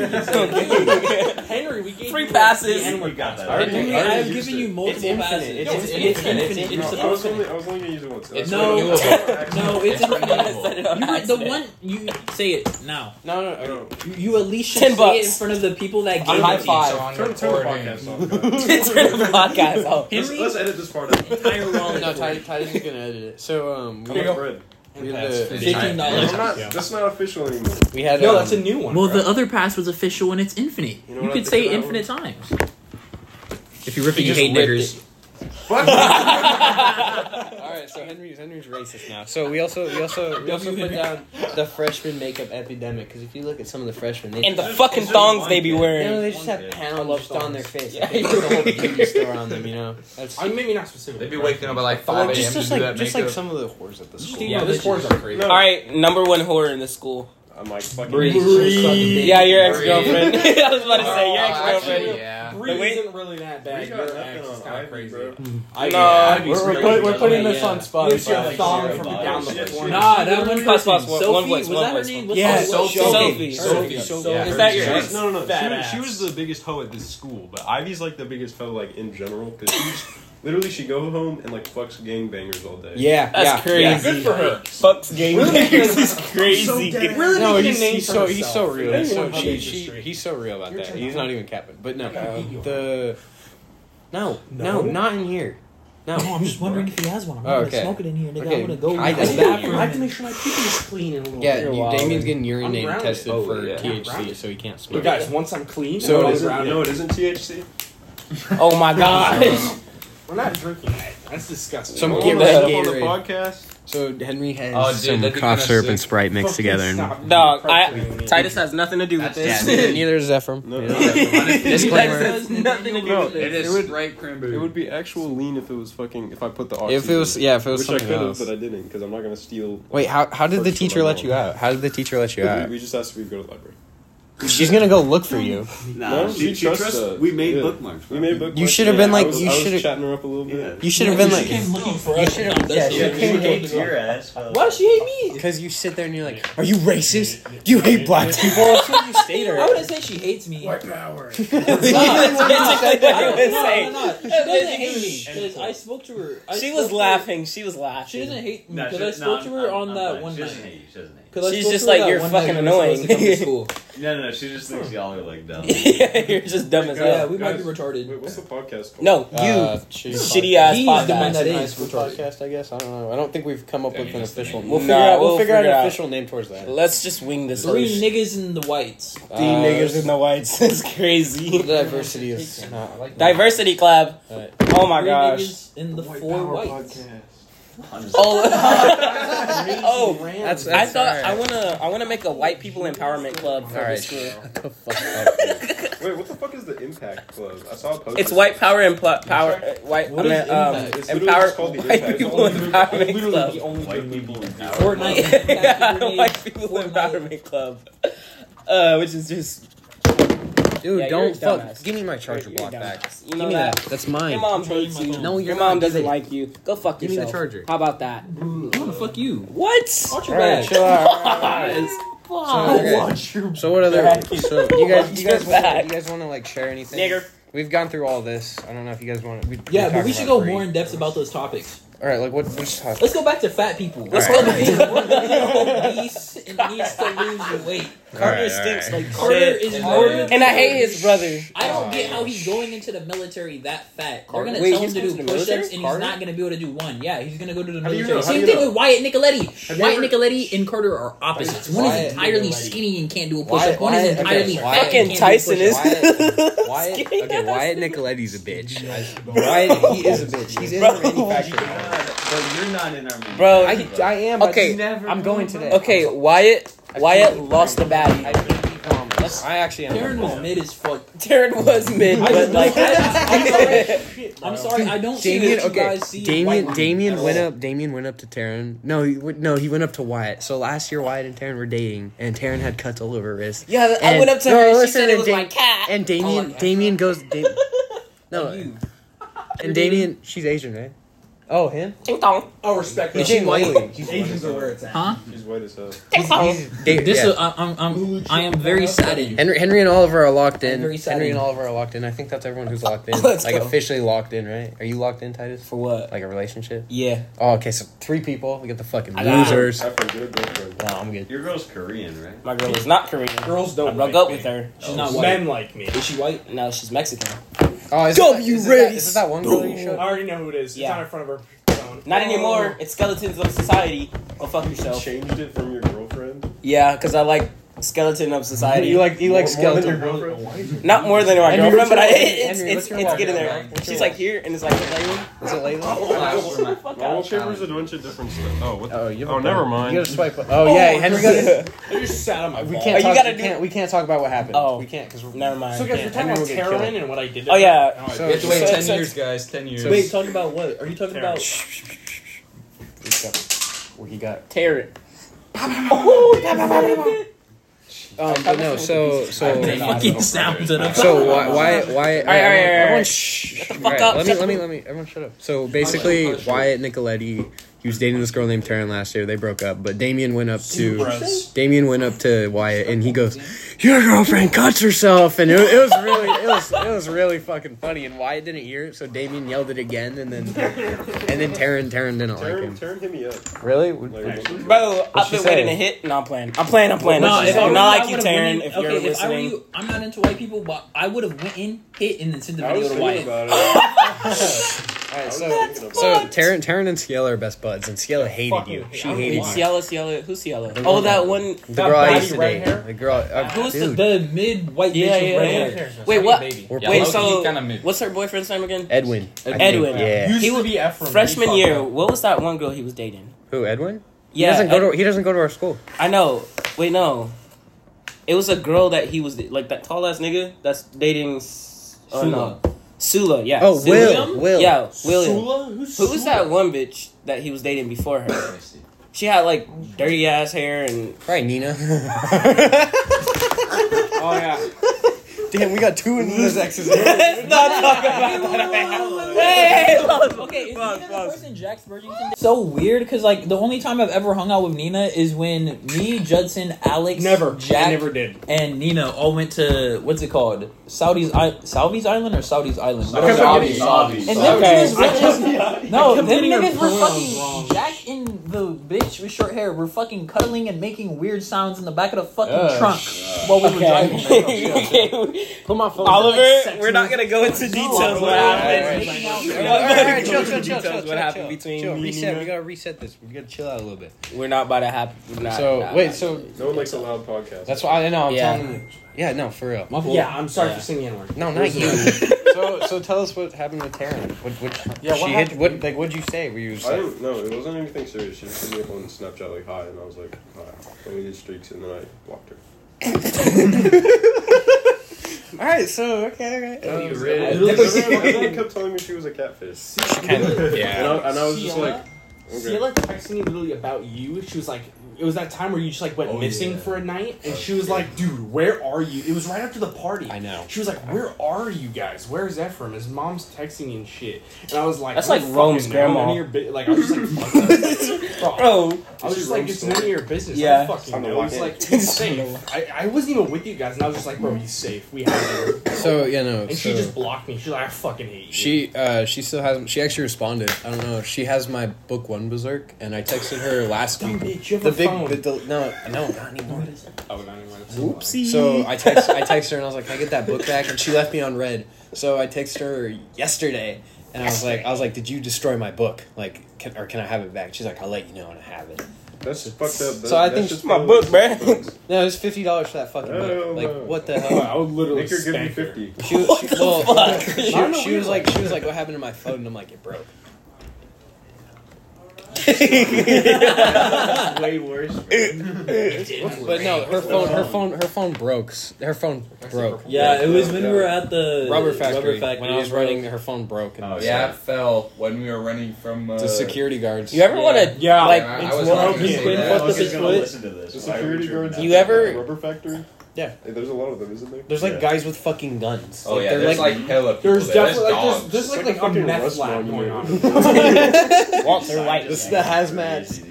Speaker 5: Henry, we gave
Speaker 1: Free
Speaker 5: you
Speaker 1: passes.
Speaker 5: Like,
Speaker 7: We got that.
Speaker 4: already-
Speaker 7: right?
Speaker 4: I already
Speaker 2: I've
Speaker 4: used
Speaker 2: given
Speaker 4: it.
Speaker 2: you multiple passes.
Speaker 3: infinite.
Speaker 2: No,
Speaker 3: It's
Speaker 2: it's
Speaker 3: infinite. It's
Speaker 2: infinite. You're
Speaker 4: No, I was
Speaker 2: supposed to.
Speaker 4: only I was only gonna use it once. That's
Speaker 2: No.
Speaker 4: what I-
Speaker 2: No, it's
Speaker 7: renewable.
Speaker 2: infinite. You were the one. You say it now.
Speaker 5: no, no, no.
Speaker 2: You, you at least should
Speaker 1: Ten
Speaker 2: say it in
Speaker 1: bucks.
Speaker 2: front of the people that
Speaker 1: On
Speaker 2: gave
Speaker 1: high
Speaker 2: it to you.
Speaker 1: five.
Speaker 4: Turn, turn the podcast off. guys.
Speaker 1: Turn the podcast off.
Speaker 2: Henry,
Speaker 4: Let's, let's edit this part out.
Speaker 2: entire wrong.
Speaker 3: No, Ty, Ty is gonna edit it. So um, we,
Speaker 4: Come on, Fred.
Speaker 3: we had the,
Speaker 2: Fifteen dollars.
Speaker 4: I'm not, That's not official anymore.
Speaker 3: we had
Speaker 5: No,
Speaker 3: um,
Speaker 5: that's a new one.
Speaker 2: Well,
Speaker 5: bro.
Speaker 2: the other pass was official and it's infinite. You,
Speaker 4: know what I think
Speaker 2: could say it
Speaker 4: of that
Speaker 2: infinite times.
Speaker 3: if you rip it,
Speaker 2: You hate niggers.
Speaker 3: All right, so Henry's Henry's racist now. So we also we also we also put down the freshman makeup epidemic because if you look at some of the freshmen, they
Speaker 1: And the fucking thongs they be
Speaker 3: you know,
Speaker 1: wearing.
Speaker 3: they just have pounds just on their face.
Speaker 1: Yeah.
Speaker 3: Yeah. They put the whole beauty store on them, you know. That's
Speaker 5: I mean, maybe not specifically.
Speaker 9: They'd be waking up at like
Speaker 3: Well,
Speaker 9: 5 a.m.
Speaker 3: just,
Speaker 9: to
Speaker 3: just
Speaker 9: do
Speaker 3: like
Speaker 9: that
Speaker 3: just like
Speaker 9: makeup.
Speaker 3: some of the whores at the school.
Speaker 4: Oh,
Speaker 5: Yeah, this horse are crazy.
Speaker 1: All right, number one whore in the school.
Speaker 4: I'm like fucking.
Speaker 1: Yeah, your ex girlfriend. I was about to say your
Speaker 9: Oh,
Speaker 1: ex girlfriend.
Speaker 9: actually, yeah.
Speaker 5: Bree
Speaker 1: Wait.
Speaker 5: isn't really that
Speaker 4: We
Speaker 5: bad.
Speaker 4: got
Speaker 5: Your
Speaker 4: nothing
Speaker 5: ex is
Speaker 4: on
Speaker 5: kind
Speaker 4: Ivy,
Speaker 5: of crazy.
Speaker 4: bro.
Speaker 5: I,
Speaker 1: Nah.
Speaker 5: We're- we're put- we're putting this on
Speaker 3: Spotify.
Speaker 5: Lose your thong
Speaker 7: zero
Speaker 5: from
Speaker 7: dollars.
Speaker 5: down the
Speaker 4: Shit.
Speaker 5: corner.
Speaker 2: Nah, that one
Speaker 1: Plus,
Speaker 2: person.
Speaker 1: plus, one-
Speaker 2: Sophie,
Speaker 1: one voice,
Speaker 2: was
Speaker 1: one
Speaker 2: that her
Speaker 1: voice,
Speaker 2: name?
Speaker 1: one
Speaker 2: What's
Speaker 3: Yeah,
Speaker 2: her- what's her-
Speaker 1: Sophie.
Speaker 3: Sophie. Sophie.
Speaker 1: Is that your
Speaker 9: Sophie.
Speaker 1: ex?
Speaker 9: No,
Speaker 5: no,
Speaker 9: She was, she was the biggest hoe at this school, but Ivy's like the biggest hoe like in general because she's literally she go home and like fucks gangbangers all day.
Speaker 3: Yeah,
Speaker 1: That's
Speaker 3: yeah.
Speaker 1: crazy.
Speaker 5: Good for her.
Speaker 1: Fucks game. this is crazy.
Speaker 5: Really
Speaker 3: No,
Speaker 5: making a
Speaker 3: he's,
Speaker 5: name
Speaker 3: he's
Speaker 5: for
Speaker 3: so he's
Speaker 5: herself.
Speaker 3: so real.
Speaker 5: Maybe
Speaker 3: He's so,
Speaker 5: one hundred
Speaker 3: she,
Speaker 5: is
Speaker 3: she,
Speaker 5: straight.
Speaker 3: he's so real about
Speaker 5: You're
Speaker 3: that.
Speaker 5: trying
Speaker 3: He's
Speaker 5: to-
Speaker 3: not even capping. But no,
Speaker 5: gotta beat you.
Speaker 3: the no, no,
Speaker 5: No?
Speaker 3: not in here. No,
Speaker 2: No, I'm just wondering if he has one. I'm
Speaker 3: Oh,
Speaker 2: not gonna
Speaker 3: okay.
Speaker 2: smoke it in here, nigga.
Speaker 3: Okay.
Speaker 2: I'm gonna go
Speaker 3: I
Speaker 2: I
Speaker 5: I
Speaker 3: just-
Speaker 2: the
Speaker 5: have to-
Speaker 2: bathroom.
Speaker 5: I have to make sure my pee is clean in a little
Speaker 3: Yeah,
Speaker 5: bit.
Speaker 3: you, Damien's getting urinated
Speaker 5: rounded.
Speaker 3: tested
Speaker 4: Oh,
Speaker 3: for
Speaker 4: yeah.
Speaker 3: THC,
Speaker 5: rounded.
Speaker 3: so he can't
Speaker 5: But
Speaker 3: smoke.
Speaker 5: guys, once I'm clean,
Speaker 3: So
Speaker 4: No,
Speaker 5: I'm
Speaker 4: it
Speaker 5: always
Speaker 4: isn't,
Speaker 5: around
Speaker 4: no,
Speaker 5: it.
Speaker 4: it isn't THC.
Speaker 1: Oh my gosh.
Speaker 5: We're not drinking that. That's disgusting.
Speaker 3: Some
Speaker 4: Oh,
Speaker 3: kid
Speaker 4: that's
Speaker 1: that
Speaker 4: up on the
Speaker 3: Gatorade.
Speaker 4: podcast.
Speaker 3: So Henry has
Speaker 9: Oh, dude,
Speaker 3: some
Speaker 9: that'd be
Speaker 3: cough
Speaker 9: kinda
Speaker 3: syrup and
Speaker 9: sick.
Speaker 3: Sprite mixed together, and
Speaker 1: Dog, I Titus has nothing to do with
Speaker 9: That's-
Speaker 1: this.
Speaker 3: yeah, neither is Ephraim.
Speaker 4: No,
Speaker 3: Yeah.
Speaker 4: no, no.
Speaker 1: Titus
Speaker 3: Disclaimer.
Speaker 1: has nothing to do
Speaker 4: No,
Speaker 1: with
Speaker 9: It
Speaker 1: this.
Speaker 9: is
Speaker 4: It would-
Speaker 9: straight cranberry.
Speaker 4: It would be actual lean if it was fucking if I put the oxygen.
Speaker 3: If it was, yeah, if it was
Speaker 4: which I
Speaker 3: something
Speaker 4: could have,
Speaker 3: else.
Speaker 4: but I didn't because I'm not gonna steal.
Speaker 3: Wait, how how did the
Speaker 4: First of
Speaker 3: teacher
Speaker 4: all.
Speaker 3: let you out? How did the teacher let you out?
Speaker 4: We, we just asked if we could go to the library.
Speaker 3: She's gonna go look for you.
Speaker 7: Nah,
Speaker 4: No,
Speaker 7: she,
Speaker 4: she
Speaker 7: she
Speaker 4: trusts
Speaker 7: trusts-
Speaker 4: us.
Speaker 7: We made
Speaker 4: Yeah.
Speaker 7: bookmarks. Bro.
Speaker 4: We made book.
Speaker 3: You should've been like-
Speaker 4: I was,
Speaker 3: you
Speaker 4: I was
Speaker 3: should've-
Speaker 4: chatting her up a little
Speaker 7: Yeah.
Speaker 4: bit.
Speaker 3: You should have been
Speaker 2: She came
Speaker 3: like,
Speaker 2: looking for us. You should
Speaker 3: yeah,
Speaker 7: Yeah,
Speaker 3: you
Speaker 7: she
Speaker 3: came-
Speaker 7: hates your ass. huh?
Speaker 5: Why does she hate me?
Speaker 3: because you sit there and you're like, Uh, are you racist? You hate black people. That's what you stayed
Speaker 2: I wouldn't say she hates me. No,
Speaker 1: That's basically what I would
Speaker 2: no,
Speaker 1: say.
Speaker 2: no, She doesn't hate me. 'cause I spoke to her. I
Speaker 1: She
Speaker 2: spoke
Speaker 1: was
Speaker 2: to her-
Speaker 1: laughing. She was
Speaker 2: She doesn't
Speaker 1: laughing.
Speaker 2: hate me
Speaker 7: Nah,
Speaker 2: because
Speaker 7: she-
Speaker 2: I spoke
Speaker 7: nah,
Speaker 2: to her
Speaker 7: I'm-
Speaker 2: on
Speaker 7: I'm
Speaker 2: that
Speaker 7: fine.
Speaker 2: one
Speaker 7: She doesn't
Speaker 2: night.
Speaker 7: hate you. She doesn't hate you.
Speaker 2: 'Cause I
Speaker 1: She's
Speaker 2: spoke
Speaker 1: just
Speaker 2: to her
Speaker 1: like,
Speaker 2: that
Speaker 1: "You're
Speaker 2: one night
Speaker 1: fucking
Speaker 2: when we were supposed to come to
Speaker 1: annoying."
Speaker 2: school.
Speaker 7: No, no, no. She just thinks y'all are like dumb.
Speaker 1: You're just dumb as
Speaker 2: Yeah,
Speaker 1: hell.
Speaker 2: we might be
Speaker 4: Guys,
Speaker 2: retarded.
Speaker 4: Wait, what's the podcast called?
Speaker 1: No, you
Speaker 3: Uh,
Speaker 1: shitty ass
Speaker 2: He's the one
Speaker 1: podcast.
Speaker 2: that
Speaker 3: High
Speaker 2: is
Speaker 3: school
Speaker 2: retarded.
Speaker 3: podcast, I guess. I don't know. I don't think we've come up with an official.
Speaker 1: We'll figure out- we'll figure it out.
Speaker 3: name towards that.
Speaker 1: Let's just wing this.
Speaker 2: Three
Speaker 1: whole shit.
Speaker 2: niggas and the whites.
Speaker 3: Uh,
Speaker 1: Three niggas in the whites. That's crazy.
Speaker 3: Diversity is not. I like that.
Speaker 1: Diversity club.
Speaker 3: Alright.
Speaker 1: Oh my
Speaker 2: Three
Speaker 1: gosh.
Speaker 2: niggas and the four whites.
Speaker 7: I'm just-
Speaker 1: Oh. oh.
Speaker 3: That's,
Speaker 1: I
Speaker 3: that's
Speaker 1: thought I wanna I wanna make a white people empowerment club for
Speaker 3: All right.
Speaker 1: this school.
Speaker 3: the fuck up.
Speaker 4: Wait, what the fuck is the Impact Club? I saw a post.
Speaker 1: It's white power and pl- power uh, white I
Speaker 2: What is
Speaker 1: mean, um,
Speaker 2: impact?
Speaker 4: It's literally
Speaker 1: empower
Speaker 4: just called the
Speaker 1: white
Speaker 4: Impact.
Speaker 1: people
Speaker 4: It's
Speaker 1: empowerment club.
Speaker 7: White people in power.
Speaker 2: Fortnite.
Speaker 1: Yeah,
Speaker 2: Fortnite.
Speaker 1: white people empowerment club. Uh, which is just
Speaker 3: Dude,
Speaker 1: Yeah, you're a
Speaker 3: don't fuck.
Speaker 1: dumbass.
Speaker 3: Give me my charger
Speaker 1: You're a
Speaker 3: block
Speaker 1: dumbass.
Speaker 3: back.
Speaker 1: You know
Speaker 3: Give me
Speaker 1: that.
Speaker 3: that. That's mine.
Speaker 1: Your mom hates you.
Speaker 3: No,
Speaker 1: your
Speaker 3: you're
Speaker 1: mom
Speaker 3: not.
Speaker 1: doesn't
Speaker 3: Give it.
Speaker 1: like you. Go fuck
Speaker 3: Give me the
Speaker 1: yourself.
Speaker 3: charger.
Speaker 1: How about that?
Speaker 2: I wanna fuck you.
Speaker 1: What?
Speaker 2: Watch your back.
Speaker 3: chill out. So, okay. so what other? So you guys, you guys, wanna,
Speaker 1: back.
Speaker 3: you guys want to like share anything?
Speaker 1: Nigger.
Speaker 3: We've gone through all this. I don't know if you guys want. to...
Speaker 2: Yeah, but we should go more in depth about those topics.
Speaker 1: All right, like what? Which topic?
Speaker 2: Let's go back to fat people. Let's
Speaker 8: All
Speaker 2: go back to obese and needs to lose weight.
Speaker 8: All
Speaker 1: Carter
Speaker 8: right, all
Speaker 1: stinks
Speaker 8: right.
Speaker 1: like
Speaker 2: Carter
Speaker 1: shit.
Speaker 2: is Carter.
Speaker 1: and I hate his brother.
Speaker 2: I don't get how he's going into the military that fat. They're gonna
Speaker 1: Wait,
Speaker 2: tell him
Speaker 1: he's
Speaker 2: to
Speaker 1: going
Speaker 2: do
Speaker 1: to the
Speaker 2: push-ups,
Speaker 1: military?
Speaker 2: and he's
Speaker 1: Carter?
Speaker 2: not gonna be able to do one. Yeah, he's gonna go to the
Speaker 9: do you
Speaker 2: military.
Speaker 9: know? How do
Speaker 2: Same
Speaker 9: you
Speaker 2: thing
Speaker 9: know?
Speaker 2: with Wyatt Nicoletti.
Speaker 9: you
Speaker 2: Wyatt
Speaker 9: ever-
Speaker 2: Nicoletti and Carter are opposites. One
Speaker 5: Wyatt
Speaker 2: is entirely
Speaker 5: Nicoletti.
Speaker 2: skinny and can't do a
Speaker 5: Wyatt-
Speaker 2: push-up. One is
Speaker 5: Wyatt-
Speaker 2: entirely
Speaker 5: okay,
Speaker 2: fat.
Speaker 1: Fucking
Speaker 2: and can't
Speaker 1: Tyson
Speaker 2: do a
Speaker 1: is.
Speaker 2: push-up.
Speaker 5: Wyatt, Wyatt,
Speaker 1: Skinny
Speaker 5: okay,
Speaker 1: ass.
Speaker 5: Wyatt Nicoletti's a bitch. Wyatt, he is a bitch. He's in
Speaker 1: Bro.
Speaker 5: the manufacturing.
Speaker 7: But you're not in our meeting.
Speaker 1: Bro,
Speaker 5: I, I am. but
Speaker 1: Okay,
Speaker 5: you never
Speaker 10: I'm going today.
Speaker 1: okay, Wyatt. Wyatt lost the
Speaker 5: I,
Speaker 1: battle.
Speaker 5: promise. I actually am.
Speaker 2: Darren was mid as fuck.
Speaker 1: Taryn was mid, but like,
Speaker 2: I'm sorry, I don't see
Speaker 3: Damien,
Speaker 2: what you
Speaker 3: okay.
Speaker 2: guys see. in
Speaker 3: Damien,
Speaker 2: Wyatt
Speaker 3: Damien
Speaker 2: at
Speaker 3: went
Speaker 2: all.
Speaker 3: up. Damien went up to Taryn. No, he, went- no, he went up to Wyatt. So last year, Wyatt and Taryn were dating, and Taryn had cuts all over her wrist.
Speaker 1: yeah, I
Speaker 3: And-
Speaker 1: went up to
Speaker 3: no,
Speaker 1: her. and She
Speaker 3: listen,
Speaker 1: said it
Speaker 3: and
Speaker 1: was
Speaker 3: Da-
Speaker 1: my cat.
Speaker 3: And Damien, Damien goes. Da- no,
Speaker 2: You.
Speaker 3: and Damien, she's Asian, right? Oh, him.
Speaker 1: Ding dong,
Speaker 5: Oh, respect.
Speaker 3: He's white.
Speaker 5: He's Asians are where it's at.
Speaker 2: Huh?
Speaker 9: He's white as hell.
Speaker 1: ding dong.
Speaker 3: Da-
Speaker 2: This
Speaker 3: yeah.
Speaker 2: is, I, I'm, I'm, I am very saddened.
Speaker 3: Henry, Henry and Oliver are locked
Speaker 2: I'm
Speaker 3: in.
Speaker 2: very
Speaker 3: Henry
Speaker 2: sad
Speaker 3: and
Speaker 2: I-
Speaker 3: Oliver are locked in. I think that's everyone who's locked in.
Speaker 1: Let's
Speaker 3: like
Speaker 1: go.
Speaker 3: officially locked in, right? Are you locked in, Titus?
Speaker 1: For what?
Speaker 3: Like a relationship?
Speaker 1: Yeah.
Speaker 3: Oh, okay. So three people. We got the fucking
Speaker 1: I got it.
Speaker 3: losers.
Speaker 9: I feel good girlfriend.
Speaker 3: No, I'm good.
Speaker 7: Your girl's Korean, right?
Speaker 1: My girl is not Korean.
Speaker 5: Girls
Speaker 1: I
Speaker 5: don't.
Speaker 1: broke up with her.
Speaker 2: She's not white.
Speaker 5: Men like me.
Speaker 1: Is she white? No, she's Mexican.
Speaker 3: Oh, is
Speaker 1: W
Speaker 3: it that, is it
Speaker 1: race.
Speaker 3: that, is it that one girl you
Speaker 5: I
Speaker 3: showed?
Speaker 5: already know who it is.
Speaker 1: Yeah.
Speaker 5: It's not in front of her. phone.
Speaker 1: Not
Speaker 5: Oh.
Speaker 1: anymore. It's skeletons of society. Go fuck yourself.
Speaker 9: Changed it from your girlfriend.
Speaker 1: Yeah, because I like skeleton of society.
Speaker 3: You like you like skeleton.
Speaker 9: Your girlfriend.
Speaker 1: Not more than my
Speaker 3: Henry,
Speaker 1: girlfriend, but I,
Speaker 3: what's your-
Speaker 1: it's,
Speaker 3: Henry,
Speaker 1: it's,
Speaker 3: what's your
Speaker 1: it's
Speaker 3: wallet?
Speaker 1: getting there.
Speaker 3: What's your
Speaker 1: She's like here, and it's like, like
Speaker 3: Is it Layla?
Speaker 1: fuck
Speaker 9: Normal
Speaker 1: out.
Speaker 9: chambers is a bunch of different stuff. Oh, what? The?
Speaker 3: Oh, you have a
Speaker 9: oh,
Speaker 3: point.
Speaker 9: never mind.
Speaker 3: You gotta swipe. Up. Oh, yeah, Henry. Got it.
Speaker 5: I just sat on my.
Speaker 3: We
Speaker 5: ball.
Speaker 3: can't.
Speaker 1: Oh, you
Speaker 3: talk,
Speaker 1: gotta
Speaker 3: we
Speaker 1: do-
Speaker 3: can't. We can't talk about what happened.
Speaker 1: Oh.
Speaker 3: we can't because we're.
Speaker 1: Never mind.
Speaker 5: So guys, we're talking
Speaker 3: Henry
Speaker 5: about
Speaker 3: will get killed.
Speaker 5: Taryn and what I did. to
Speaker 1: Oh
Speaker 5: her.
Speaker 1: yeah.
Speaker 5: No, I-
Speaker 3: So
Speaker 6: We have to wait
Speaker 1: So-
Speaker 6: 10
Speaker 1: so-
Speaker 6: years, guys. 10 years.
Speaker 2: Wait, talking about what? Are you talking about?
Speaker 3: we got- Well, he got.
Speaker 1: Tear it.
Speaker 3: Um, but no. So
Speaker 2: They
Speaker 3: so
Speaker 2: fucking sounds it up.
Speaker 3: so why why why?
Speaker 1: right,
Speaker 3: All
Speaker 1: all right, all right.
Speaker 3: Everyone shh.
Speaker 1: Shut the fuck
Speaker 3: All right,
Speaker 1: up, shut
Speaker 3: Let me
Speaker 1: the-
Speaker 3: let me let me. Everyone shut up. So basically, Wyatt Nicoletti. He was dating this girl named Taryn last year. They broke up, but Damien went up to Damien went up to Wyatt, and he goes, "Your girlfriend cuts herself," and it, it was really, it was, it was really fucking funny. And Wyatt didn't hear it, so Damien yelled it again, and then, and then Taryn, Taryn didn't like
Speaker 9: Turn,
Speaker 3: him.
Speaker 9: turn him up.
Speaker 3: Really?
Speaker 9: Like,
Speaker 1: Bro, I've
Speaker 3: she
Speaker 1: been
Speaker 3: say?
Speaker 1: waiting to hit. No, I'm playing. I'm playing. I'm playing.
Speaker 2: No,
Speaker 1: No,
Speaker 2: if I
Speaker 1: I'm
Speaker 2: were
Speaker 1: not
Speaker 2: you,
Speaker 1: like
Speaker 2: I
Speaker 1: you,
Speaker 2: would've
Speaker 1: Taryn.
Speaker 2: went in-
Speaker 1: If you're
Speaker 2: okay, if I were
Speaker 1: listening,
Speaker 2: you, I'm not into white people, but I would have went in, hit, and then sent the
Speaker 9: I was
Speaker 2: video to
Speaker 9: thinking
Speaker 2: Wyatt.
Speaker 9: about it.
Speaker 3: All right, so,
Speaker 9: That's fucked.
Speaker 3: so Taryn, Taryn and Ciela are best buds, and Ciela hated you. She hated you.
Speaker 1: Ciela, Ciela, who's Ciela? Oh, that one.
Speaker 3: The girl I
Speaker 5: body
Speaker 3: used to
Speaker 5: right
Speaker 3: date.
Speaker 5: hair?
Speaker 3: The girl. uh,
Speaker 1: Who's the
Speaker 3: dude,
Speaker 2: The mid white
Speaker 1: Yeah,
Speaker 2: bitch with
Speaker 1: yeah,
Speaker 2: red
Speaker 1: yeah.
Speaker 2: hair.
Speaker 1: Wait, what?
Speaker 3: we're
Speaker 1: Wait,
Speaker 3: both-
Speaker 1: so
Speaker 6: kinda mid.
Speaker 1: what's her boyfriend's name again?
Speaker 3: Edwin. I think.
Speaker 1: Edwin.
Speaker 3: Yeah.
Speaker 5: Used
Speaker 1: He
Speaker 5: to
Speaker 1: was-
Speaker 5: be Ephraim.
Speaker 1: Freshman
Speaker 5: He fucked
Speaker 1: year,
Speaker 5: up.
Speaker 1: what was that one girl he was dating?
Speaker 3: Who? Edwin? He
Speaker 1: Yeah,
Speaker 3: doesn't go
Speaker 1: Ed-
Speaker 3: to. He doesn't go to our school.
Speaker 1: I know. Wait, no. It was a girl that he was like that tall ass nigga that's dating. S- Oh no, Sula. Yeah.
Speaker 3: Oh,
Speaker 1: Sula.
Speaker 3: Will. Will.
Speaker 1: Yeah, William.
Speaker 5: Sula? Who's
Speaker 1: Who was
Speaker 5: Sula?
Speaker 1: that one bitch that he was dating before her? She had like dirty ass hair and
Speaker 3: Right, Nina.
Speaker 5: Oh yeah.
Speaker 3: Damn, we got two in those exes.
Speaker 1: let's not talk about that. Hey,
Speaker 2: Okay, is
Speaker 1: Pause,
Speaker 2: Nina the
Speaker 1: pause.
Speaker 2: person Jax Burgington did? So weird, because like the only time I've ever hung out with Nina is when me, Judson, Alex,
Speaker 5: Never.
Speaker 2: Jack,
Speaker 5: I never did.
Speaker 2: and Nina all went to what's it called? Saudi's I- Saudi's Island or Saudi's Island?
Speaker 5: Okay,
Speaker 7: Zombie,
Speaker 5: forget it.
Speaker 7: zombie,
Speaker 2: And
Speaker 7: zombie.
Speaker 2: them
Speaker 5: Okay.
Speaker 2: niggas were just, no, them
Speaker 5: getting her
Speaker 2: niggas were
Speaker 5: pronouns
Speaker 2: fucking Jack and the bitch with short hair were fucking cuddling and making weird sounds in the back of the fucking trunk while we were driving.
Speaker 1: Okay,
Speaker 5: Put my phone.
Speaker 1: Oliver, we're not gonna go into details what happened.
Speaker 2: Making out-
Speaker 1: We're not gonna go into details
Speaker 3: What
Speaker 1: What happened between
Speaker 3: chill,
Speaker 1: me and
Speaker 3: reset. We
Speaker 1: Nina.
Speaker 3: gotta reset this. We gotta chill out a little bit.
Speaker 1: We're not about to happen. we're not-
Speaker 3: so
Speaker 1: not
Speaker 3: wait,
Speaker 1: about
Speaker 3: so
Speaker 9: No one likes a loud podcast.
Speaker 3: that's why I know. I'm
Speaker 1: Yeah.
Speaker 3: telling you. Yeah, no, for real.
Speaker 5: Yeah, I'm sorry for singing N word.
Speaker 3: No, not you. so, so tell us what happened with Taryn. What, what?
Speaker 5: Yeah, what
Speaker 3: she hit.
Speaker 5: happened?
Speaker 3: What? Like, what'd you say? Were you? Just
Speaker 9: I
Speaker 3: like,
Speaker 9: didn't. No, it wasn't anything serious. She just hit me up on Snapchat like hi, and I was like hi. And we did streaks, and then I blocked her.
Speaker 3: All right. So okay. okay. Um,
Speaker 9: And then I kept telling me she was a catfish.
Speaker 3: kind of,
Speaker 9: And
Speaker 3: yeah.
Speaker 9: I, and I was just
Speaker 5: Ciela?
Speaker 9: like, okay.
Speaker 5: Ciela texted me literally about you. She was like, it was that time where you just like went
Speaker 6: Oh,
Speaker 5: missing
Speaker 6: yeah.
Speaker 5: for a night, and she was like, "Dude, where are you?" It was right after the party.
Speaker 6: I know.
Speaker 5: She was like, "Where are you guys? Where's Ephraim? His mom's texting and shit." And I was like,
Speaker 1: That's
Speaker 5: "I
Speaker 1: like
Speaker 5: don't
Speaker 1: Rome's
Speaker 5: fucking know.
Speaker 1: grandma.
Speaker 5: None of your bi-" like I was just like, fuck that. Bro,
Speaker 1: Bro,
Speaker 5: I was just like,
Speaker 9: Rome's
Speaker 5: "It's none of your business."
Speaker 1: Yeah.
Speaker 5: I don't fucking
Speaker 9: Time to
Speaker 5: know.
Speaker 9: lock
Speaker 5: It's
Speaker 9: in.
Speaker 5: like he's safe. I, I wasn't even with you guys, and I was just like, "Bro, he's safe. We have him."
Speaker 3: So yeah, no.
Speaker 5: And
Speaker 3: so
Speaker 5: she just blocked me. She's like, "I fucking hate you."
Speaker 3: she uh, she still hasn't. She actually responded. I don't know. She has my book one berserk, and I texted her last
Speaker 5: Dumb
Speaker 3: week.
Speaker 5: bitch, you have
Speaker 3: the
Speaker 5: a
Speaker 3: big
Speaker 5: phone.
Speaker 3: the, the, no no not anymore.
Speaker 5: Oh, not even.
Speaker 3: Oopsie. So I text I text her and I was like, "Can I get that book back?" And she left me on red. So I text her yesterday, and I was like, "I was like, did you destroy my book? Like, can, or can I have it back?" She's like, "I'll let you know when I have it."
Speaker 9: That's fucked up. That,
Speaker 3: So I think-
Speaker 9: that's just
Speaker 1: my book, man.
Speaker 3: No, it was fifty dollars for that fucking
Speaker 9: Hell
Speaker 3: book. Like,
Speaker 9: no.
Speaker 3: what the
Speaker 5: Bro,
Speaker 3: hell?
Speaker 5: I would literally
Speaker 9: Nicker, give me
Speaker 5: spank her.
Speaker 9: fifty.
Speaker 3: She, what she, the fuck? She,
Speaker 5: No, no,
Speaker 3: she
Speaker 5: we
Speaker 3: was
Speaker 5: were
Speaker 3: like, she was like, "What happened to my phone?" And I'm like, "It broke."
Speaker 5: Way worse. bro.
Speaker 3: But no, her phone, her phone, her phone broke. Her phone broke.
Speaker 10: Yeah, it was when we were at the
Speaker 3: Rubber factory.
Speaker 10: Rubber factory
Speaker 3: When I was
Speaker 10: bro.
Speaker 3: running, her phone broke. And
Speaker 6: Oh,
Speaker 3: was
Speaker 6: yeah,
Speaker 3: like-
Speaker 6: it fell when we were running from uh,
Speaker 3: the security guards.
Speaker 1: You ever want to
Speaker 5: Yeah,
Speaker 1: like
Speaker 6: I- I
Speaker 1: it's
Speaker 6: was
Speaker 1: one-
Speaker 6: not gonna say
Speaker 10: Quinn
Speaker 6: that.
Speaker 10: fucked up
Speaker 7: Who's
Speaker 10: his
Speaker 7: gonna
Speaker 10: foot.
Speaker 7: listen to this?
Speaker 9: The
Speaker 7: Why would
Speaker 9: security
Speaker 7: you
Speaker 9: guards.
Speaker 7: remember?
Speaker 1: You ever-
Speaker 9: The rubber factory?
Speaker 3: Yeah.
Speaker 9: There's a lot of them, isn't there?
Speaker 3: There's like guys with fucking guns.
Speaker 6: Oh yeah,
Speaker 3: they're
Speaker 6: there's like, hella people
Speaker 5: There's
Speaker 6: there.
Speaker 5: definitely like
Speaker 6: dogs.
Speaker 5: there's, there's like, like,
Speaker 9: It's like a
Speaker 5: a
Speaker 9: fucking
Speaker 5: meth
Speaker 9: rust
Speaker 5: lab
Speaker 9: lab
Speaker 5: going
Speaker 9: in
Speaker 5: on.
Speaker 1: Walter White.
Speaker 3: This is the hazmat.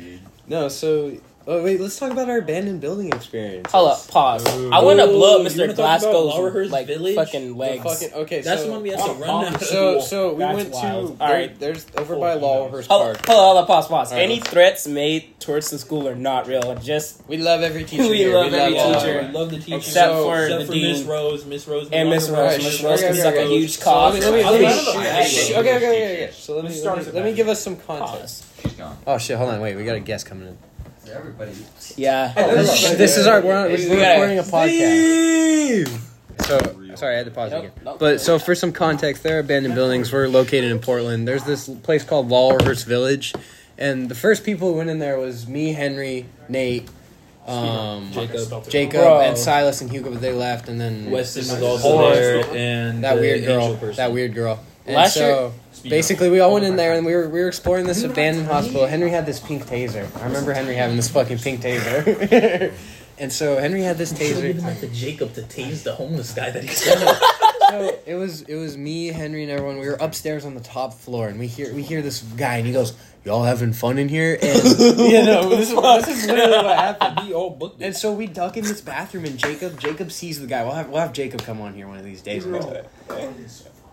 Speaker 3: No, so oh wait, let's talk about our abandoned building experience.
Speaker 1: Hold up, pause. I want to
Speaker 10: Ooh,
Speaker 1: blow up
Speaker 10: you wanna
Speaker 1: Mr.
Speaker 10: talk about
Speaker 1: Glasgow's
Speaker 10: Lauerhurst
Speaker 1: like
Speaker 10: Village?
Speaker 1: fucking legs.
Speaker 3: Fucking, okay,
Speaker 10: That's
Speaker 3: so,
Speaker 10: the one we had to
Speaker 5: Oh,
Speaker 10: run
Speaker 5: oh,
Speaker 10: down.
Speaker 3: So so we
Speaker 5: That's
Speaker 3: went to
Speaker 5: wild.
Speaker 3: all right.
Speaker 1: Alright.
Speaker 3: There's over by
Speaker 5: Oh,
Speaker 3: Lawhurst
Speaker 1: Hold,
Speaker 3: Park.
Speaker 1: hold on, hold on, pause, pause.
Speaker 3: Alright.
Speaker 1: Any threats made towards the school are not real. Just
Speaker 3: We love every teacher.
Speaker 1: We
Speaker 3: here.
Speaker 1: love every
Speaker 3: all of
Speaker 1: teacher.
Speaker 3: them.
Speaker 10: We love the teacher.
Speaker 1: Except
Speaker 3: So-
Speaker 1: for
Speaker 10: Except
Speaker 1: the
Speaker 10: for Miss
Speaker 1: dean
Speaker 10: Rose, Miss Rose,
Speaker 1: and Miss
Speaker 10: Walker
Speaker 1: Rose.
Speaker 3: Alright,
Speaker 1: Miss
Speaker 3: sure,
Speaker 1: Rose
Speaker 3: okay,
Speaker 1: can
Speaker 3: okay,
Speaker 1: suck a
Speaker 3: okay.
Speaker 1: huge
Speaker 3: So
Speaker 1: cock.
Speaker 3: let me- let me-
Speaker 1: Holy
Speaker 3: let me-
Speaker 1: shit.
Speaker 3: Okay, okay, okay, okay. So let
Speaker 5: Let's
Speaker 3: me
Speaker 5: start
Speaker 3: let me,
Speaker 5: us
Speaker 3: let me
Speaker 5: back.
Speaker 3: give us some context.
Speaker 1: Pause.
Speaker 6: She's gone.
Speaker 3: Oh shit! Hold on, wait. We got a guest coming in.
Speaker 1: Yeah.
Speaker 3: Oh, This, this is our we're, on,
Speaker 1: We
Speaker 3: we're
Speaker 1: gotta-
Speaker 3: recording a podcast. So sorry, I had to pause
Speaker 1: Nope,
Speaker 3: again.
Speaker 1: nope.
Speaker 3: But so for some context, there are abandoned buildings. We're located in Portland. There's this place called Lawhurst Village, and the first people who went in there was me, Henry, Nate, um,
Speaker 5: Jacob.
Speaker 3: Jacob,
Speaker 1: Bro.
Speaker 3: and Silas and Hugo. But they left, and then
Speaker 10: Weston was
Speaker 1: Or-
Speaker 10: also there, and
Speaker 3: that
Speaker 10: the
Speaker 3: weird girl,
Speaker 10: angel person.
Speaker 3: that weird girl. And
Speaker 1: Last
Speaker 3: so basically, we all went in there and we were we were exploring this abandoned hospital. Henry had this pink taser. I remember Henry having this fucking pink taser. and so Henry had this
Speaker 2: Should've given
Speaker 3: taser.
Speaker 2: that to Jacob to tase the homeless guy that he saw.
Speaker 3: So it was it was me, Henry, and everyone. We were upstairs on the top floor, and we hear we hear this guy, and he goes, "Y'all having fun in here?" And yeah, no, this, is- this is literally what happened.
Speaker 10: The old book.
Speaker 3: And so we duck in this bathroom, and Jacob Jacob sees the guy. We'll have we'll have Jacob come on here one of these days.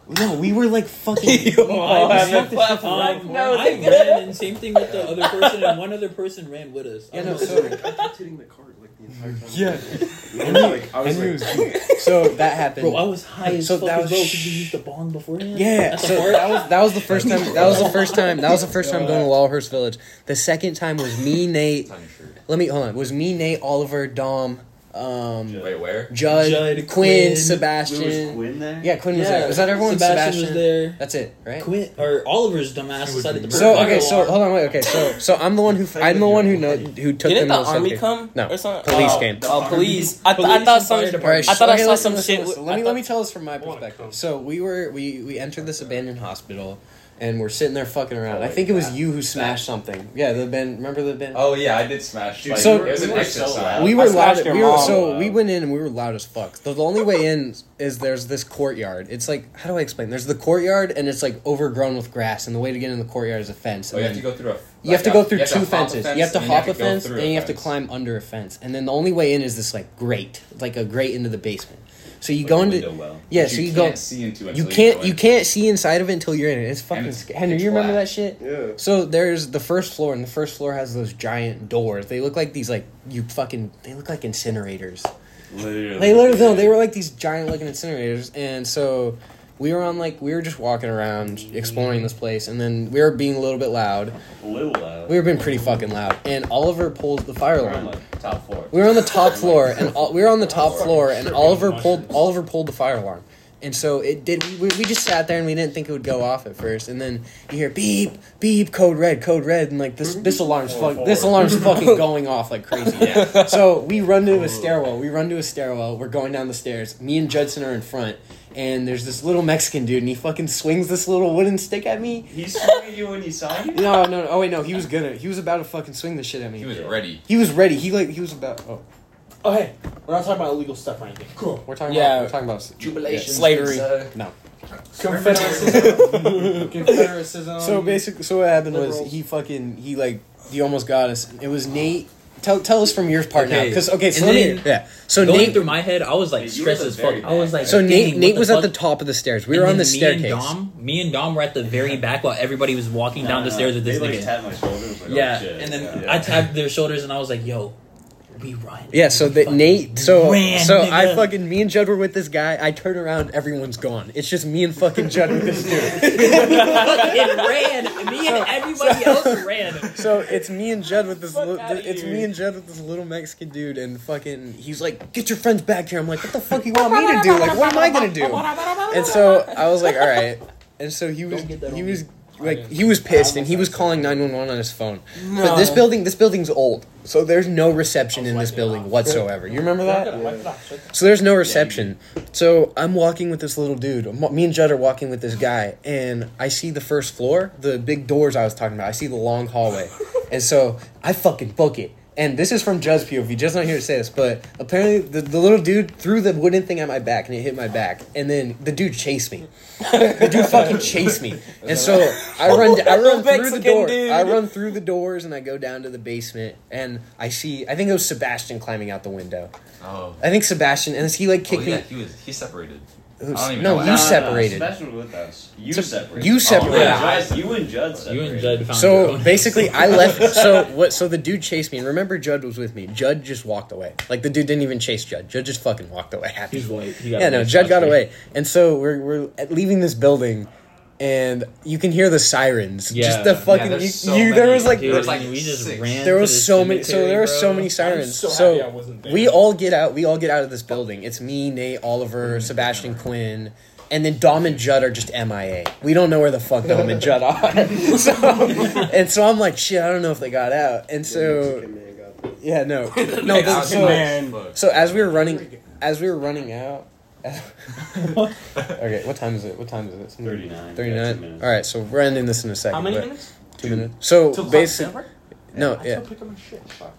Speaker 3: No, we were like fucking.
Speaker 10: Oh, Um,
Speaker 1: No,
Speaker 10: I ran, and same thing with the other person, and one other person ran with us.
Speaker 3: Yeah,
Speaker 10: I
Speaker 3: no,
Speaker 10: was
Speaker 3: so-
Speaker 10: like,
Speaker 9: I'm hitting the card like the entire time.
Speaker 3: Yeah.
Speaker 9: I was like, I was
Speaker 3: Henry
Speaker 9: like,
Speaker 3: was so that happened.
Speaker 10: bro, I was high as
Speaker 3: So
Speaker 10: fuck
Speaker 3: that
Speaker 10: as
Speaker 3: was-
Speaker 10: well because we used the bong beforehand.
Speaker 3: yeah,
Speaker 10: At the
Speaker 3: so
Speaker 10: park.
Speaker 3: that was that was the first time. That was the first time. That was the first time going to Lawhurst Village. The second time was me, Nate. Let me hold on. Was me, Nate, Oliver, Dom, um,
Speaker 6: Wait, where?
Speaker 3: Judd,
Speaker 10: Judd,
Speaker 3: Quinn,
Speaker 10: Quinn.
Speaker 7: Was
Speaker 3: Sebastian.
Speaker 7: Quinn there?
Speaker 3: Yeah, Quinn was there. Was that everyone?
Speaker 10: Sebastian, was there.
Speaker 3: That's it, right?
Speaker 10: Quinn or Oliver's dumbass decided to.
Speaker 3: So okay, so hold on, wait, okay, so so I'm the one who I'm the one who know who took
Speaker 1: Didn't
Speaker 3: them
Speaker 1: the
Speaker 3: those
Speaker 1: army
Speaker 3: subject-
Speaker 1: come?
Speaker 3: No,
Speaker 1: Or something?
Speaker 3: police
Speaker 1: oh,
Speaker 3: came.
Speaker 1: Oh, police. I, th- I thought
Speaker 10: Police and
Speaker 1: some.
Speaker 10: fire
Speaker 3: All right,
Speaker 1: I thought I
Speaker 3: okay,
Speaker 1: saw
Speaker 3: listen,
Speaker 1: some
Speaker 3: listen,
Speaker 1: shit.
Speaker 3: listen.
Speaker 1: with-
Speaker 3: Let
Speaker 1: I
Speaker 3: me
Speaker 1: thought-
Speaker 3: let me tell this from my perspective. So we were we we entered this abandoned hospital, and we're sitting there fucking
Speaker 1: Oh,
Speaker 3: around. I think it was you who smashed something. Yeah, the ben. Remember the ben.
Speaker 6: Oh yeah, I did smash. Like,
Speaker 3: So-
Speaker 6: it was an
Speaker 7: we were
Speaker 6: exit
Speaker 7: so
Speaker 6: sign.
Speaker 3: We
Speaker 1: I
Speaker 3: were
Speaker 1: smashed
Speaker 3: loud.
Speaker 1: your
Speaker 3: We were,
Speaker 1: mom.
Speaker 3: so we went in and we were loud as fuck. The, the only way in is there's this courtyard. It's like how do I explain? There's the courtyard and it's like overgrown with grass. And the way to get in the courtyard is a fence.
Speaker 6: Oh,
Speaker 3: and
Speaker 6: you have
Speaker 3: then-
Speaker 6: to go through a.
Speaker 3: You have to
Speaker 6: like
Speaker 3: go
Speaker 6: a-
Speaker 3: through
Speaker 6: you have to
Speaker 3: two
Speaker 6: hop a
Speaker 3: fences. You have to
Speaker 6: and
Speaker 3: hop a
Speaker 6: go
Speaker 3: fence,
Speaker 6: through
Speaker 3: and
Speaker 6: a
Speaker 3: you have to
Speaker 6: fence.
Speaker 3: climb under a fence. And then the only way in is this like grate, like a grate into the basement. So you
Speaker 7: Like
Speaker 3: go
Speaker 7: a
Speaker 3: into
Speaker 7: window well.
Speaker 3: yeah.
Speaker 6: But
Speaker 3: So
Speaker 6: you
Speaker 3: you
Speaker 6: can't
Speaker 3: go.
Speaker 6: see into it.
Speaker 3: You
Speaker 6: until
Speaker 3: can't.
Speaker 6: go
Speaker 3: You
Speaker 6: in.
Speaker 3: can't see inside of it until you're in it. It's fucking.
Speaker 6: it's
Speaker 3: sc- Henry,
Speaker 6: pitch
Speaker 3: you remember that
Speaker 6: black.
Speaker 3: shit?
Speaker 9: Yeah.
Speaker 3: So there's the first floor, and the first floor has those giant doors. They look like these like you fucking. They look like incinerators.
Speaker 7: Literally.
Speaker 3: They literally no, they were like these giant looking incinerators, and so we were on like we were just walking around exploring this place, and then we were being a little bit loud.
Speaker 7: A little loud.
Speaker 3: We were being pretty fucking loud, and Oliver pulls the fire
Speaker 6: We're on,
Speaker 3: alarm.
Speaker 6: like, top floor.
Speaker 3: We were on the top floor, and all, we were on the top floor, and Oliver pulled Oliver pulled the fire alarm, And so it did. We, we just sat there and we didn't think it would go off at first, and then you hear beep, beep, code red, code red, and like this this alarm's fuck, this alarm's fucking going off like crazy. So we run to a stairwell. We run to a stairwell. We're going down the stairs. Me and Judson are in front, and there's this little Mexican dude, and he fucking swings this little wooden stick at me.
Speaker 7: He swung at you when he saw you?
Speaker 3: No, no, no. Oh wait, no. He was gonna. He was about to fucking swing the shit at me.
Speaker 7: He was ready.
Speaker 3: He was ready. He like he was about. Oh,
Speaker 10: Oh, hey, we're not talking about illegal stuff or anything. Cool.
Speaker 3: we're talking
Speaker 1: Yeah.
Speaker 3: about we're talking about
Speaker 7: Jubilation.
Speaker 1: Slavery.
Speaker 3: no.
Speaker 5: Confederacism. Confederacism.
Speaker 3: So basically, so what happened was
Speaker 5: um, liberals.
Speaker 3: he fucking he like he almost got us. It was Nate. Tell tell us from your part now, Okay. because okay, so
Speaker 10: And
Speaker 3: let me
Speaker 10: then-
Speaker 3: yeah. So
Speaker 10: Going
Speaker 3: Nate.
Speaker 10: through my head, I was like
Speaker 7: Hey, you
Speaker 10: stressed
Speaker 7: were the
Speaker 10: as fuck.
Speaker 7: very
Speaker 10: I was like,
Speaker 3: so Nate
Speaker 10: dang,
Speaker 3: Nate
Speaker 10: what
Speaker 3: was
Speaker 10: the
Speaker 3: at the
Speaker 10: fuck?
Speaker 3: top of the stairs. We
Speaker 10: And
Speaker 3: were on
Speaker 10: then
Speaker 3: the
Speaker 10: Me
Speaker 3: staircase.
Speaker 10: and Dom, me and Dom were at the very back while everybody was walking down the stairs with this
Speaker 7: They like
Speaker 10: nigga.
Speaker 7: tapped my shoulder. was like, oh,
Speaker 10: yeah,
Speaker 7: shit.
Speaker 10: and then
Speaker 7: Yeah.
Speaker 10: I tapped their shoulders and I was like, yo, we run.
Speaker 3: Yeah, so
Speaker 10: We
Speaker 3: that
Speaker 10: fucking
Speaker 3: Nate, so
Speaker 10: ran,
Speaker 3: so I
Speaker 10: nigga.
Speaker 3: fucking me and Judd were with this guy. I turn around, everyone's gone. It's just me and fucking Judd with this dude.
Speaker 10: fucking ran. Me and everybody else ran.
Speaker 3: So it's me and Judd with this. Li-
Speaker 10: outta
Speaker 3: it's
Speaker 10: here.
Speaker 3: me and Judd with this little Mexican dude, and fucking he's like, "Get your friends back here." I'm like, "What the fuck you want me to do? Like, what am I gonna do?" And so I was like, "All right." And so he was
Speaker 10: get that
Speaker 3: he
Speaker 10: on
Speaker 3: was like he was pissed, and he was calling 911 on his phone. But this
Speaker 1: No.
Speaker 3: building this building's old, so there's no reception in this building whatsoever. You remember that? So there's no reception. So I'm walking with this little dude. I'm wa- Me and Judd are walking with this guy, and I see the first floor, the big doors I was talking about. I see the long hallway, and so I fucking book it. And this is from Judd's POV. Judd's not here to say this, but apparently the, the little dude threw the wooden thing at my back, and it hit my back. And then the dude chased me. The dude fucking chased me. And so I run, I run through the
Speaker 1: Mexican
Speaker 3: door.
Speaker 1: dude.
Speaker 3: I run through the doors, and I go down to the basement, and I see. I think it was Sebastian climbing out the window.
Speaker 7: Oh.
Speaker 3: I think Sebastian, and he like
Speaker 7: Oh,
Speaker 3: kicked
Speaker 7: yeah,
Speaker 3: me.
Speaker 7: he was. He separated.
Speaker 3: Who's-
Speaker 7: I don't even
Speaker 3: no,
Speaker 7: know
Speaker 3: you
Speaker 7: how-
Speaker 3: separated.
Speaker 4: Sebastian was with us.
Speaker 7: You
Speaker 3: Se-
Speaker 7: separated. Oh,
Speaker 3: you separated.
Speaker 7: and Judd- You and Judd
Speaker 10: You
Speaker 7: separated.
Speaker 10: and Judd found your
Speaker 3: so
Speaker 10: own-
Speaker 3: basically, I left. So what? So the dude chased me, and remember, Judd was with me. Judd just walked away. Like the dude didn't even chase Judd. Judd just fucking walked away. Happy.
Speaker 10: He's white. He got
Speaker 3: Yeah,
Speaker 10: away
Speaker 3: no, Judd got
Speaker 10: faster.
Speaker 3: away, and so we're we're at- leaving this building. And you can hear the sirens.
Speaker 10: Yeah.
Speaker 3: Just the
Speaker 10: Yeah,
Speaker 3: fucking.
Speaker 6: there's
Speaker 3: you,
Speaker 6: so
Speaker 3: you- there
Speaker 6: many,
Speaker 3: was like
Speaker 10: Dude,
Speaker 6: There was, like,
Speaker 10: we just
Speaker 6: six.
Speaker 10: ran.
Speaker 3: there
Speaker 10: to
Speaker 3: was
Speaker 10: the
Speaker 3: so many. So
Speaker 10: cemetery,
Speaker 3: there were
Speaker 10: bro.
Speaker 3: so many sirens.
Speaker 5: so
Speaker 3: So,
Speaker 5: happy I wasn't there.
Speaker 3: we all get out. We all get out of this building. It's me, Nate, Oliver, Sebastian Quinn, and then Dom and Judd are just MIA. We don't know where the fuck Dom and Judd are. so, and so I'm like, shit. I don't know if they got out. And so yeah, no, no.
Speaker 1: Mexican
Speaker 3: this- so, so as we were running, as we were running out. okay, what time is it? What time is it?
Speaker 7: 39.
Speaker 3: Thirty
Speaker 7: Yeah, two
Speaker 3: nine.
Speaker 7: minutes.
Speaker 3: All right, so we're ending this in a second.
Speaker 5: How many
Speaker 3: but-
Speaker 5: minutes?
Speaker 3: Two minutes. So
Speaker 5: Till clock
Speaker 3: basically,
Speaker 5: silver?
Speaker 3: no,
Speaker 5: I
Speaker 3: yeah.
Speaker 5: still pick up my shit. Fuck.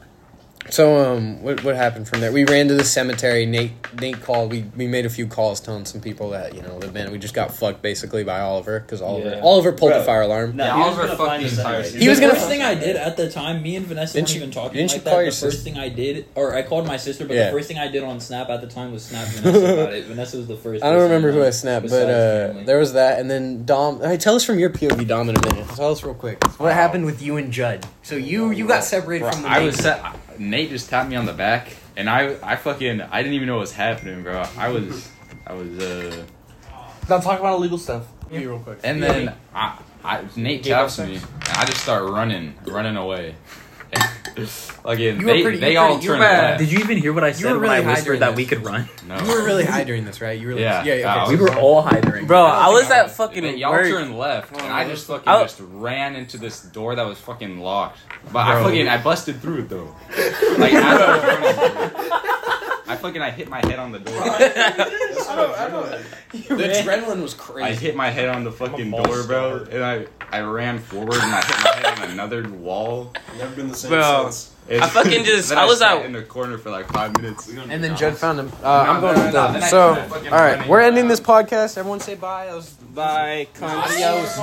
Speaker 3: So um, what what happened from there? We ran to the cemetery. Nate Nate called. We we made a few calls telling some people that you know the man we just got fucked basically by Oliver because Oliver
Speaker 6: Yeah.
Speaker 3: Oliver pulled
Speaker 7: Bro.
Speaker 3: the fire alarm.
Speaker 7: No,
Speaker 6: Yeah,
Speaker 7: he was
Speaker 6: Oliver
Speaker 7: gonna
Speaker 6: fucked
Speaker 7: find
Speaker 6: the
Speaker 7: us
Speaker 6: entire
Speaker 7: anyway.
Speaker 6: season.
Speaker 3: He was
Speaker 10: the
Speaker 3: gonna-
Speaker 10: first thing I did at the time, me and Vanessa
Speaker 3: Didn't
Speaker 10: weren't
Speaker 3: you-
Speaker 10: even talking
Speaker 3: didn't
Speaker 10: like
Speaker 3: you
Speaker 10: that.
Speaker 3: call
Speaker 10: the
Speaker 3: your
Speaker 10: first
Speaker 3: sis-
Speaker 10: thing I did, or I called my sister, but
Speaker 3: Yeah.
Speaker 10: the first thing I did on Snap at the time was snap Vanessa about it. Vanessa was the first.
Speaker 3: I don't
Speaker 10: person
Speaker 3: remember who I
Speaker 10: know,
Speaker 3: snapped, but
Speaker 10: besides
Speaker 3: uh,
Speaker 10: family.
Speaker 3: there was that, and then Dom. All right, tell us from your POV, Dom, in a minute. Tell us real quick what happened with you and Judd. So you you got separated
Speaker 6: Bro,
Speaker 3: from the.
Speaker 6: I
Speaker 3: main
Speaker 6: was
Speaker 3: group.
Speaker 6: set, Nate just tapped me on the back, and I I fucking I didn't even know what was happening, bro. I was I was uh,
Speaker 5: Now talk about illegal stuff. Me real quick.
Speaker 6: and then I, I Nate
Speaker 5: Gave up
Speaker 6: taps me, and I just start running, running away. Again,
Speaker 3: You were
Speaker 6: they
Speaker 3: pretty-
Speaker 6: they
Speaker 3: you were
Speaker 6: all
Speaker 3: pretty- you
Speaker 6: turned
Speaker 3: were-
Speaker 6: left.
Speaker 2: Did you even hear what I
Speaker 3: were
Speaker 2: said when
Speaker 3: really
Speaker 2: I
Speaker 3: high
Speaker 2: whispered
Speaker 3: during
Speaker 2: that
Speaker 3: this.
Speaker 2: we could run?
Speaker 6: no,
Speaker 3: you were really high during this, right? You were
Speaker 6: Yeah.
Speaker 3: yeah, yeah.
Speaker 6: Uh,
Speaker 3: Okay.
Speaker 2: We were all high during.
Speaker 1: Bro, I was at
Speaker 6: But
Speaker 1: fucking
Speaker 6: y'all
Speaker 1: work.
Speaker 6: turned left, and I just fucking
Speaker 3: Oh.
Speaker 1: I'll-
Speaker 6: just ran into this door that was fucking locked. But I
Speaker 3: Bro.
Speaker 6: fucking I busted through it though. Like I, was running, bro. I fucking I hit my head on the door.
Speaker 3: the adrenaline was
Speaker 6: I
Speaker 3: crazy.
Speaker 6: hit my head on the fucking
Speaker 9: false
Speaker 6: door, bro, and I I ran forward and I hit my head on another wall.
Speaker 9: Never been the same
Speaker 1: Bro.
Speaker 9: since.
Speaker 6: And-
Speaker 1: I fucking just-
Speaker 6: then
Speaker 1: I was
Speaker 6: sat
Speaker 1: out-
Speaker 6: in the corner for like five minutes.
Speaker 3: And then Judd found him. Uh, I'm going
Speaker 6: no,
Speaker 3: with
Speaker 6: no,
Speaker 3: them.
Speaker 6: then I
Speaker 3: So,
Speaker 6: started fucking
Speaker 3: all right,
Speaker 6: running
Speaker 3: we're ending
Speaker 6: around.
Speaker 3: this podcast. Everyone say bye. That was
Speaker 1: Bye. Con-
Speaker 3: Adios.